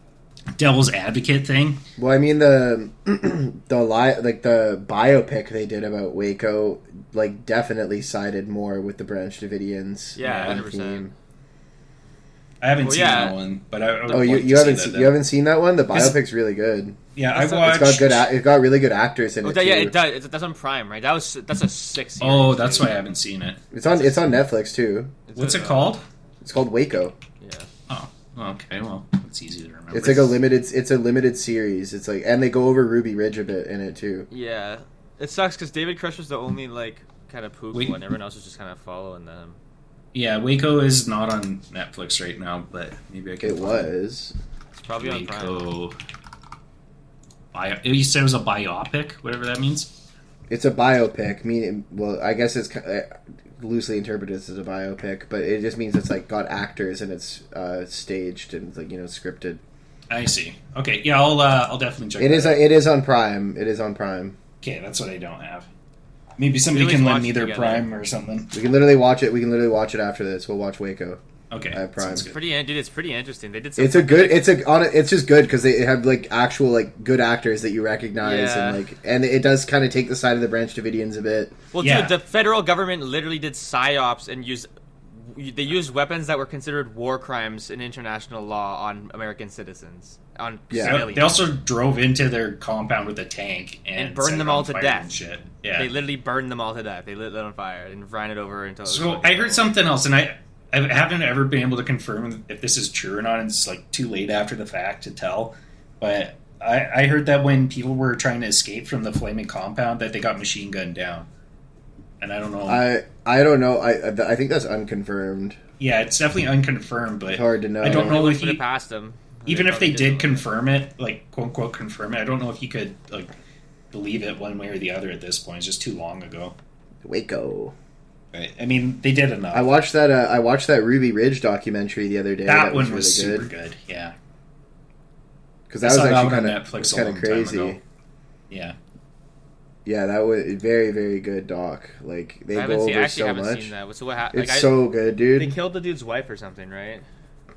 S3: devil's advocate thing.
S1: Well, I mean the the li- like the biopic they did about Waco, like definitely sided more with the Branch Davidians.
S2: Yeah,
S1: on
S2: 100%.
S1: theme.
S3: I haven't
S2: Well,
S3: seen
S2: yeah.
S3: that one, but I, I would
S1: Oh, you,
S3: like to
S1: you
S3: see
S1: haven't
S3: that
S1: se-
S3: then.
S1: you haven't seen that one? The
S3: It's-
S1: biopic's really good.
S3: Yeah, I
S2: It's
S1: It's
S3: watched.
S1: got good. a- It's got really good actors in
S2: Oh,
S1: it.
S2: that, yeah,
S1: too.
S2: it does. It's, that's on Prime, right? That was that's a six. Series,
S3: oh, that's
S2: dude.
S3: why I haven't seen it.
S1: It's on. It's on Netflix too.
S2: It's
S3: What's
S2: a-
S3: it called?
S1: It's called Waco.
S2: Yeah,
S3: uh, oh, Okay, well, it's easy to remember.
S1: It's like a limited. It's a limited series. It's like, and they go over Ruby Ridge a bit in it too.
S2: yeah. It sucks because David Crush was the only like kind of poop
S3: We-
S2: one. Everyone else was just kind of following them.
S3: yeah, Waco is not on Netflix right now, but maybe I can.
S1: It was.
S2: It's probably on Prime.
S3: Waco. Bio- oh, you said it was a biopic, whatever that means.
S1: It's a biopic. Meaning, well, I guess it's ki- uh, loosely interpreted as a biopic, but it just means it's like got actors and it's uh, staged and like you know scripted.
S3: I see. Okay, yeah, I'll uh, I'll definitely check.
S1: It
S3: that
S1: is.
S3: out.
S1: It is on Prime. It is on Prime.
S3: okay, that's what I don't have. Maybe somebody
S2: We can
S3: can
S2: always
S3: lend me
S2: watch
S3: their
S2: together.
S3: Prime or something.
S1: We can literally watch it. We can literally watch it after this. We'll watch Waco.
S3: Okay,
S1: I have Prime.
S3: sounds
S2: It's
S3: good.
S2: pretty, in- dude. It's pretty interesting. They did. Some
S1: It's a good. It's a. On, it's just good because they have like actual like good actors that you recognize
S2: Yeah.
S1: and like, and it does kind of take the side of the Branch Davidians a bit.
S2: Well,
S3: Yeah.
S2: dude, the federal government literally did psyops and used they used weapons that were considered war crimes in international law on American citizens on
S1: Yeah.
S3: They-
S2: civilians.
S3: They also drove into their compound with a tank and,
S2: And burned
S3: set it
S2: them
S3: on
S2: all to
S3: fire
S2: death.
S3: and Shit. Yeah.
S2: They literally burned them all to death. They lit them on fire and ran it over until. it was
S3: So
S2: fucking
S3: I heard
S2: over.
S3: something else, and I I haven't ever been able to confirm if this is true or not. And it's like too late after the fact to tell. But I, I heard that when people were trying to escape from the flaming compound, that they got machine gunned down. And I don't know.
S1: I I don't know. I I think that's unconfirmed.
S3: yeah, it's definitely unconfirmed. But
S1: It's hard to know.
S3: I don't
S2: They
S3: know
S2: wouldn't
S3: if
S2: put it
S3: you,
S2: past them.
S3: even if they
S2: probably
S3: did confirm it, like quote unquote confirm it. I don't know if you could like believe it one way or the other at this point. It's just too long ago.
S1: Waco.
S3: Right. I mean, they did enough.
S1: I watched that. Uh, I watched that Ruby Ridge documentary the other day.
S3: that, one was,
S1: really
S3: super good. Yeah,
S1: because
S3: I
S1: that was
S3: saw that
S1: actually
S3: one on
S1: kind of
S3: Netflix a
S1: kind
S3: long
S1: of
S3: time
S1: crazy.
S3: ago. yeah.
S1: Yeah, that was very very good doc. Like they
S2: I
S1: go
S2: haven't seen. I
S1: over
S2: actually
S1: so
S2: haven't
S1: much.
S2: seen that. So what happened?
S1: It's
S2: Like, I-
S1: so good, dude.
S2: they killed the dude's wife or something, right?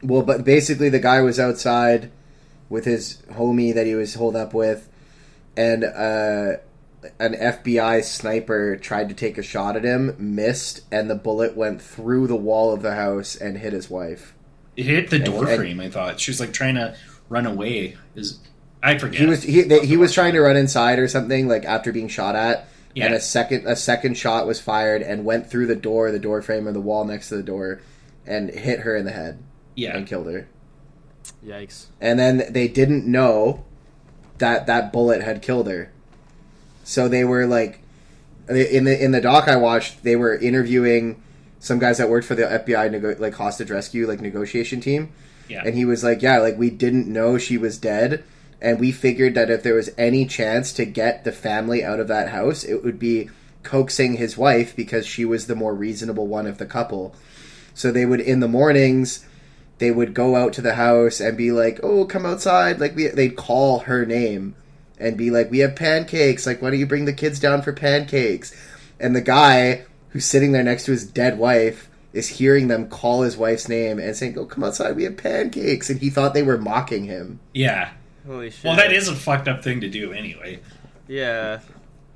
S1: Well, but basically, the guy was outside with his homie that he was holed up with, and uh, an FBI sniper tried to take a shot at him, missed, and the bullet went through the wall of the house and hit his wife.
S3: It hit the door
S1: and-
S3: frame. I thought she was like trying to run away. Is I forget.
S1: He was he, they, he was trying to run inside or something like after being shot at.
S3: Yeah.
S1: And a second a second shot was fired and went through the door, the door frame, or the wall next to the door, and hit her in the head
S3: yeah.
S1: and killed her.
S2: Yikes!
S1: and then they didn't know that that bullet had killed her. So they were like, in the in the doc I watched, they were interviewing some guys that worked for the FBI nego- like hostage rescue like negotiation team,
S3: Yeah.
S1: and he was like, yeah, like we didn't know she was dead, and we figured that if there was any chance to get the family out of that house, it would be coaxing his wife because she was the more reasonable one of the couple. So they would in the mornings they would go out to the house and be like, "Oh, come outside." Like we they'd call her name and be like, "We have pancakes. Like why don't you bring the kids down for pancakes?" And the guy who's sitting there next to his dead wife is hearing them call his wife's name and saying, "Oh, come outside. We have pancakes." And he thought they were mocking him.
S3: yeah.
S2: Holy shit!
S3: Well, that is a fucked up thing to do anyway.
S2: yeah.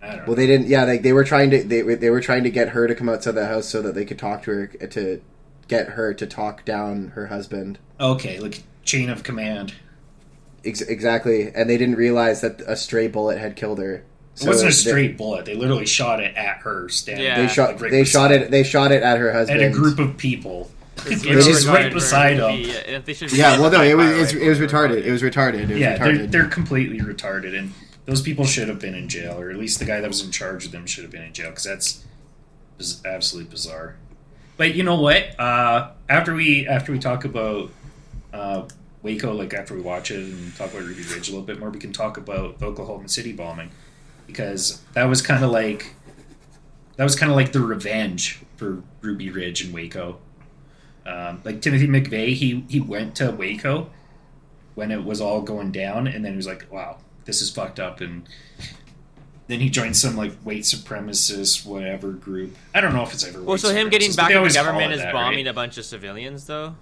S3: I don't know.
S1: Well, they didn't. Yeah, like they were trying to they were- they were trying to get her to come outside the house so that they could talk to her to get her to talk down her husband.
S3: okay, look, chain of command.
S1: Ex- exactly, and they didn't realize that a stray bullet had killed her.
S3: It wasn't a
S1: they-
S3: straight bullet. They literally shot it at her. Standing
S2: Yeah.
S1: They,
S3: like,
S1: shot.
S3: right
S1: they shot
S3: beside-
S1: it. They shot it at her
S3: at
S1: husband.
S3: a group of people.
S2: It's
S3: It was
S2: disregard
S3: right
S2: for
S3: beside
S2: the-
S3: him.
S2: yeah, and they should-
S1: Yeah, well, no, it was it
S2: Fire
S1: was, it was
S2: away.
S1: retarded. It was retarded. It was
S3: Yeah, they're,
S1: retarded.
S3: they're completely retarded, and those people should have been in jail, or at least the guy that was in charge of them should have been in jail, because that's is absolutely bizarre. But you know what? Uh, after we after we talk about uh, Waco, like after we watch it and talk about Ruby Ridge a little bit more, we can talk about the Oklahoma City bombing because that was kind of like that was kind of like the revenge for Ruby Ridge and Waco. Um, like Timothy McVeigh, he he went to Waco when it was all going down, and then he was like, "Wow, this is fucked up," and then he joined some like white supremacist whatever group. I don't know if it's ever.
S2: Well,
S3: white
S2: so him
S3: supremacist,
S2: getting
S3: but
S2: back at
S3: they
S2: the
S3: always call
S2: government
S3: it
S2: is
S3: that,
S2: bombing
S3: right?
S2: a bunch of civilians, though.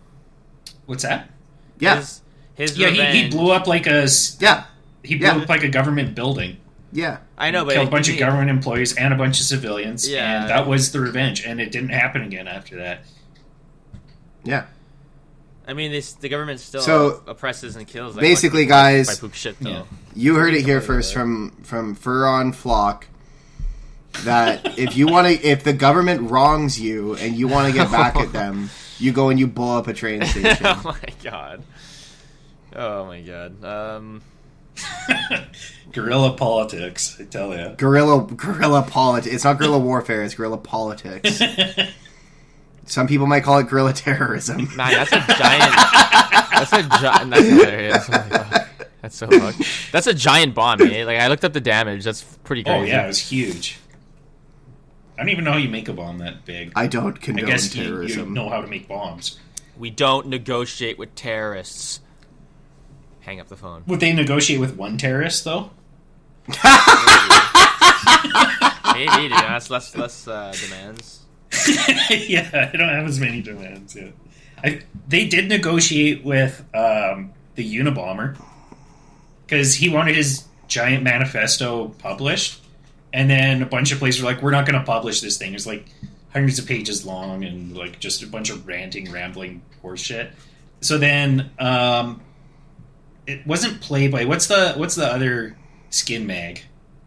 S3: What's that?
S1: Yeah,
S2: His, his
S3: Yeah, he, he
S2: revenge-
S3: blew up like a s-
S1: yeah,
S3: he blew
S1: Yeah.
S3: up like a government building.
S1: yeah.
S2: I know, but
S3: killed a bunch
S2: he-
S3: of government employees and a bunch of civilians.
S2: Yeah.
S3: and that was the revenge, and it didn't happen again after that.
S1: Yeah.
S2: I mean, they, the government still
S1: So,
S2: oppresses and kills. Like,
S1: basically,
S2: like, people
S1: guys-
S2: by poop shit though.
S3: Yeah.
S1: You heard it here first from from Fur on Flock that if you want to, if the government wrongs you and you want to get back at them, you go and you blow up a train station.
S2: oh my god. Oh my god. Um,
S3: Guerrilla politics, I tell you.
S1: Guerrilla, guerrilla politics. It's not guerrilla warfare. It's guerrilla politics. Some people might call it guerrilla terrorism.
S2: man, that's a giant. that's a giant. That's hilarious. Oh my god. That's so fucked. That's a giant bomb, eh? Like I looked up the damage. That's pretty
S3: oh
S2: crazy.
S3: yeah, it was huge. I don't even know how you make a bomb that big. I,
S1: I don't condone
S3: guess you, you
S1: terrorism.
S3: know how to make bombs.
S2: We don't negotiate with terrorists. Hang up the phone.
S3: Would they negotiate with one terrorist though?
S2: Maybe dude, that's less less uh, demands.
S3: yeah, I don't have as many demands yet. I, they did negotiate with um, the Unabomber because he wanted his giant manifesto published, and then a bunch of places were like, "We're not going to publish this thing." It's like hundreds of pages long and like just a bunch of ranting, rambling horseshit. So then um, it wasn't Playboy. What's the what's the other skin mag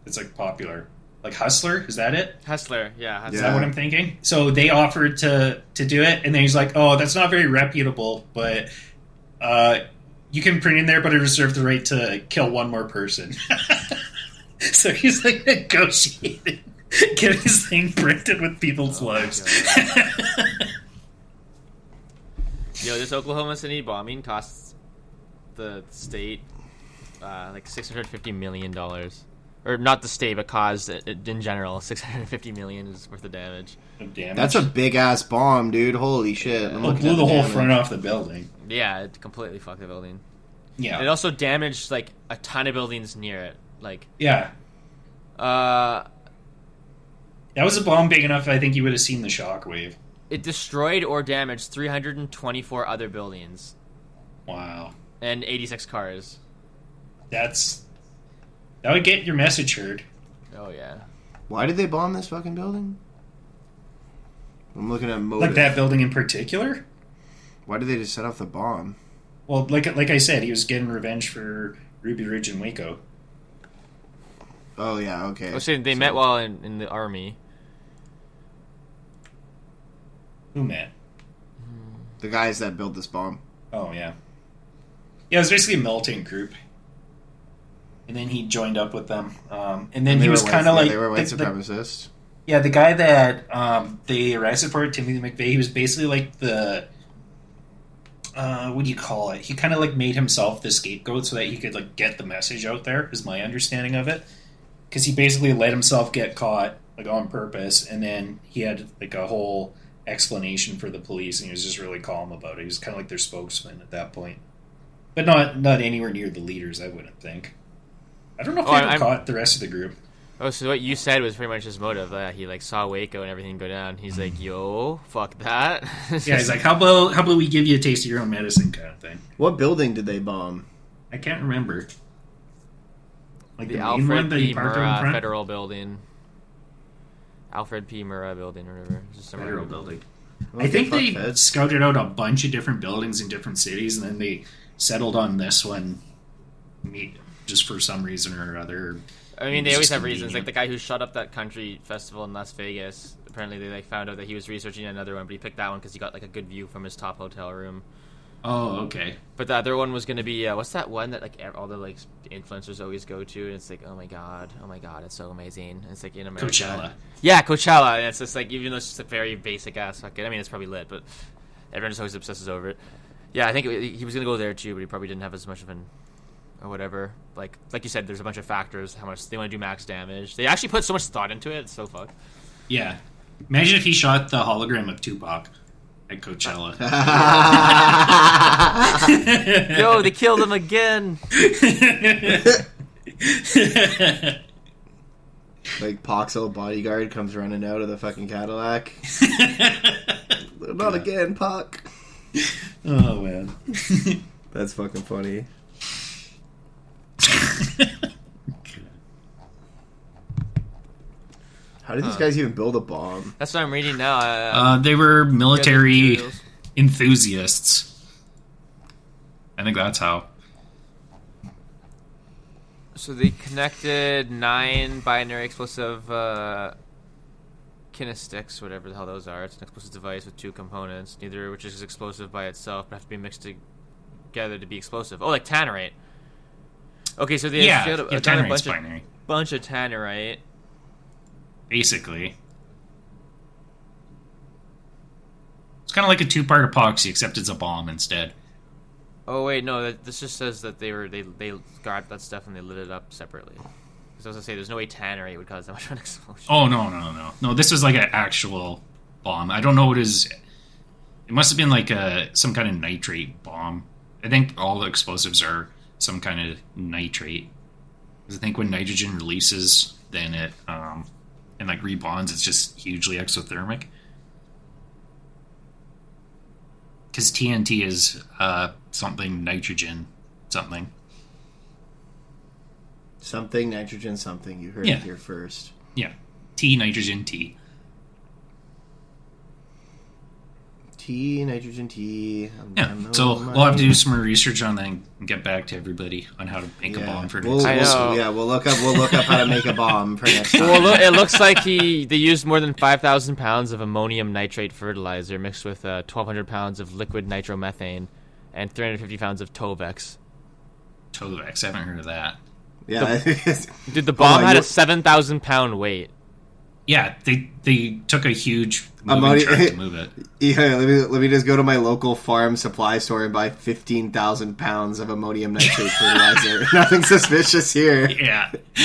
S3: that's like popular? Like Hustler? Is that it?
S2: Hustler, yeah, Hustler.
S3: Is that
S1: Yeah.
S3: what I'm thinking? So they offered to to do it, and then he's like, "Oh, that's not very reputable, but uh, you can print in there, but I reserve the right to kill one more person." so he's like negotiating, get his thing printed with people's lives.
S2: Yo, this Oklahoma City bombing costs the state uh, like six hundred fifty million dollars, or not the state, but caused i- in general six hundred fifty million is worth of damage.
S3: Damn,
S1: That's a big ass bomb, dude. Holy shit! I'm
S3: blew
S1: looking at
S3: the whole
S1: damage.
S3: front off the building.
S2: Yeah, it completely fucked the building.
S3: Yeah,
S2: It also damaged like a ton of buildings near it. Like,
S3: yeah,
S2: uh,
S3: that was a bomb big enough. I think you would have seen the shockwave.
S2: it destroyed or damaged three hundred and twenty-four other buildings
S3: Wow,
S2: and eighty-six cars.
S3: that's that would get your message heard.
S2: Oh yeah.
S1: Why did they bomb this fucking building? I'm looking at motive.
S3: Like that building in particular.
S1: Why did they just set off the bomb?
S3: Well, like like I said, he was getting revenge for Ruby Ridge and Waco.
S1: Oh yeah, okay.
S2: Oh, so they met while in, in the army.
S3: Who met?
S1: The guys that built this bomb.
S3: Oh yeah, yeah. It was basically a militant group, and then he joined up with them. Um, and then
S1: They
S3: he
S1: were
S3: was
S1: white-
S3: kind
S1: yeah,
S3: of like
S1: they were white
S3: the- the-
S1: supremacists.
S3: yeah, the guy that um, they arrested for Timothy McVeigh. He was basically like the uh, what do you call it? He kind of like made himself the scapegoat so that he could like get the message out there. Is my understanding of it? Because he basically let himself get caught like on purpose, and then he had like a whole explanation for the police, and he was just really calm about it. He was kind of like their spokesman at that point, but not not anywhere near the leaders. I wouldn't think. I don't know if
S2: Oh,
S3: they
S2: I-
S3: ever
S2: I'm-
S3: caught the rest of the group.
S2: Oh, so what you said was pretty much his motive. Uh, he like saw Waco and everything go down. He's like, "Yo, fuck that."
S3: Mm-hmm. Yeah, he's like, how about how about we give you a taste of your own medicine, kind of thing.
S1: What building did they bomb?
S3: I can't remember. Like
S2: the
S3: main
S2: Alfred
S3: that
S2: P.
S3: you parked out in
S2: Murrah
S3: front?
S2: Federal Building. Alfred P. Murrah Building, or whatever. It's Just some
S3: Federal
S2: random-
S3: building.
S1: Well,
S3: I think
S1: fuck
S3: they
S1: feds.
S3: scouted out a bunch of different buildings in different cities, and then they settled on this one. Meet just for some reason or other.
S2: I mean,
S3: It's
S2: they always
S3: just
S2: have reasons. Like
S3: convenient.
S2: the guy who shut up that country festival in Las Vegas. Apparently, they like found out that he was researching another one, but he picked that one because he got like a good view from his top hotel room.
S3: Oh, okay.
S2: But the other one was gonna be uh, what's that one that like ev- all the like influencers always go to, and it's like, oh my god, oh my god, it's so amazing. And it's like in America.
S3: Coachella.
S2: Yeah, Coachella. And it's just like even though it's just a very basic ass fucking. I mean, it's probably lit, but everyone just always obsesses over it. Yeah, I think it, he was gonna go there too, but he probably didn't have as much of an or whatever. Like like you said, there's a bunch of factors. How much they want to do max damage. They actually put so much thought into it. It's so fuck.
S3: Yeah. Imagine if he shot the hologram of Tupac at Coachella.
S2: Yo, they killed him again.
S1: Like Pac's old bodyguard comes running out of the fucking Cadillac. Not again, Pac.
S3: oh man.
S1: That's fucking funny. How did these guys even build a bomb?
S2: That's what I'm reading now. Uh,
S3: uh, they were military
S2: materials.
S3: enthusiasts. I think that's how.
S2: So they connected nine binary explosive uh, kinesticks, whatever the hell those are. It's an explosive device with two components, neither of which is explosive by itself, but have to be mixed together to be explosive. Oh, like tannerite. Okay, so they
S3: yeah,
S2: got a,
S3: yeah
S2: got a
S3: Tannerite's
S2: bunch, of,
S3: binary,
S2: bunch of tannerite.
S3: basically. It's kind of like a two-part epoxy, except it's a bomb instead.
S2: Oh wait, no, that, this just says that they were they they got that stuff and they lit it up separately. Because I was gonna say, there's no way tannerite would cause that much of an explosion.
S3: Oh no, no, no, no! This was like an actual bomb. I don't know what is. It must have been like a some kind of nitrate bomb. I think all the explosives are some kind of nitrate. 'Cause I think when nitrogen releases, then it um, and like rebonds, it's just hugely exothermic. Because TNT is uh, something nitrogen something.
S1: Something nitrogen, something. You heard
S3: Yeah.
S1: it here first.
S3: Yeah, T nitrogen T.
S1: T nitrogen T. I'm-
S3: Yeah,
S1: I'm
S3: so
S1: on my-
S3: we'll have to do some more research on that and get back to everybody on how to make
S1: yeah.
S3: a bomb for
S1: we'll,
S3: next.
S2: I
S1: we'll-
S2: know.
S1: Yeah, we'll look up. We'll look up how to make a bomb for next time.
S2: well, look, it looks like he they used more than 5,000 pounds of ammonium nitrate fertilizer mixed with uh, 1,200 pounds of liquid nitromethane and 350 pounds of Tovex.
S3: Tovex, I haven't heard of that.
S1: yeah,
S2: Dude,
S3: Oh,
S2: the bomb
S1: on,
S2: had
S1: you-
S2: a 7,000 pound weight.
S3: Yeah, they they took a huge moving
S1: Ammonia-
S3: truck to move it.
S1: yeah. Let me let me just go to my local farm supply store and buy fifteen thousand pounds of ammonium nitrate fertilizer. Nothing suspicious here.
S3: Yeah,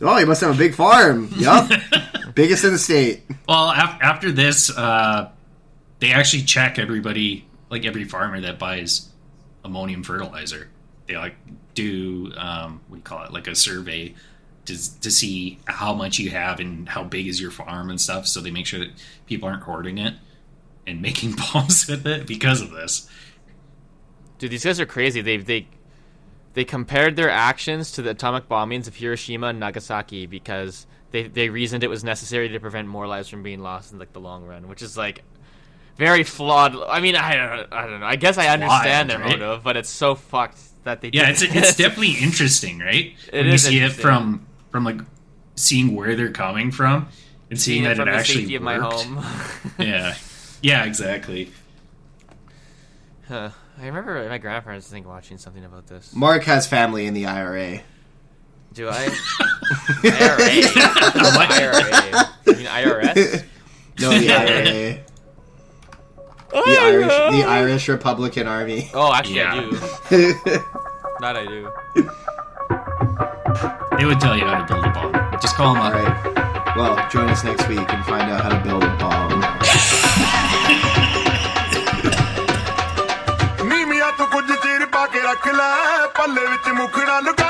S1: Oh, you must have a big farm. Yup, biggest in the state.
S3: Well, af- after this, uh, they actually check everybody, like every farmer that buys ammonium fertilizer. They like do um, what do you call it, like a survey to to see how much you have and how big is your farm and stuff. So they make sure that people aren't hoarding it and making bombs with it because of this.
S2: Dude, these guys are crazy. They they they compared their actions to the atomic bombings of Hiroshima and Nagasaki because they they reasoned it was necessary to prevent more lives from being lost in like the long run, which is like very flawed. I mean, I don't, I don't know. I guess I understand
S3: wild,
S2: their
S3: right?
S2: motive, but it's so fucked that they did
S3: Yeah, it's
S2: it.
S3: it's definitely interesting, right?
S2: It
S3: when you
S2: is
S3: see it
S2: interesting.
S3: from from like seeing where they're coming from and seeing,
S2: Seeing it
S3: that
S2: from
S3: it
S2: the
S3: actually
S2: safety of my
S3: worked.
S2: home.
S3: yeah, yeah, exactly.
S2: Huh. I remember my grandparents I think watching something about this.
S1: Mark has family in the IRA.
S2: Do I? IRA. IRA. You mean IRS?
S1: No, the IRA. The Irish, the Irish Republican Army.
S2: Oh, actually, I
S3: Yeah.
S2: do. Not I do.
S3: They would tell you how to build a bomb. Just call them
S1: All
S3: up.
S1: right. Well, join us next week and find out how to build a bomb.
S6: ਨੀ ਮੀਆਂ ਤੂੰ ਕੁਝ ਚਿਰ ਪਾ ਕੇ ਰੱਖ ਲੈ ਪੱਲੇ ਵਿੱਚ ਮੁਖੜਾ ਲੁਕਾ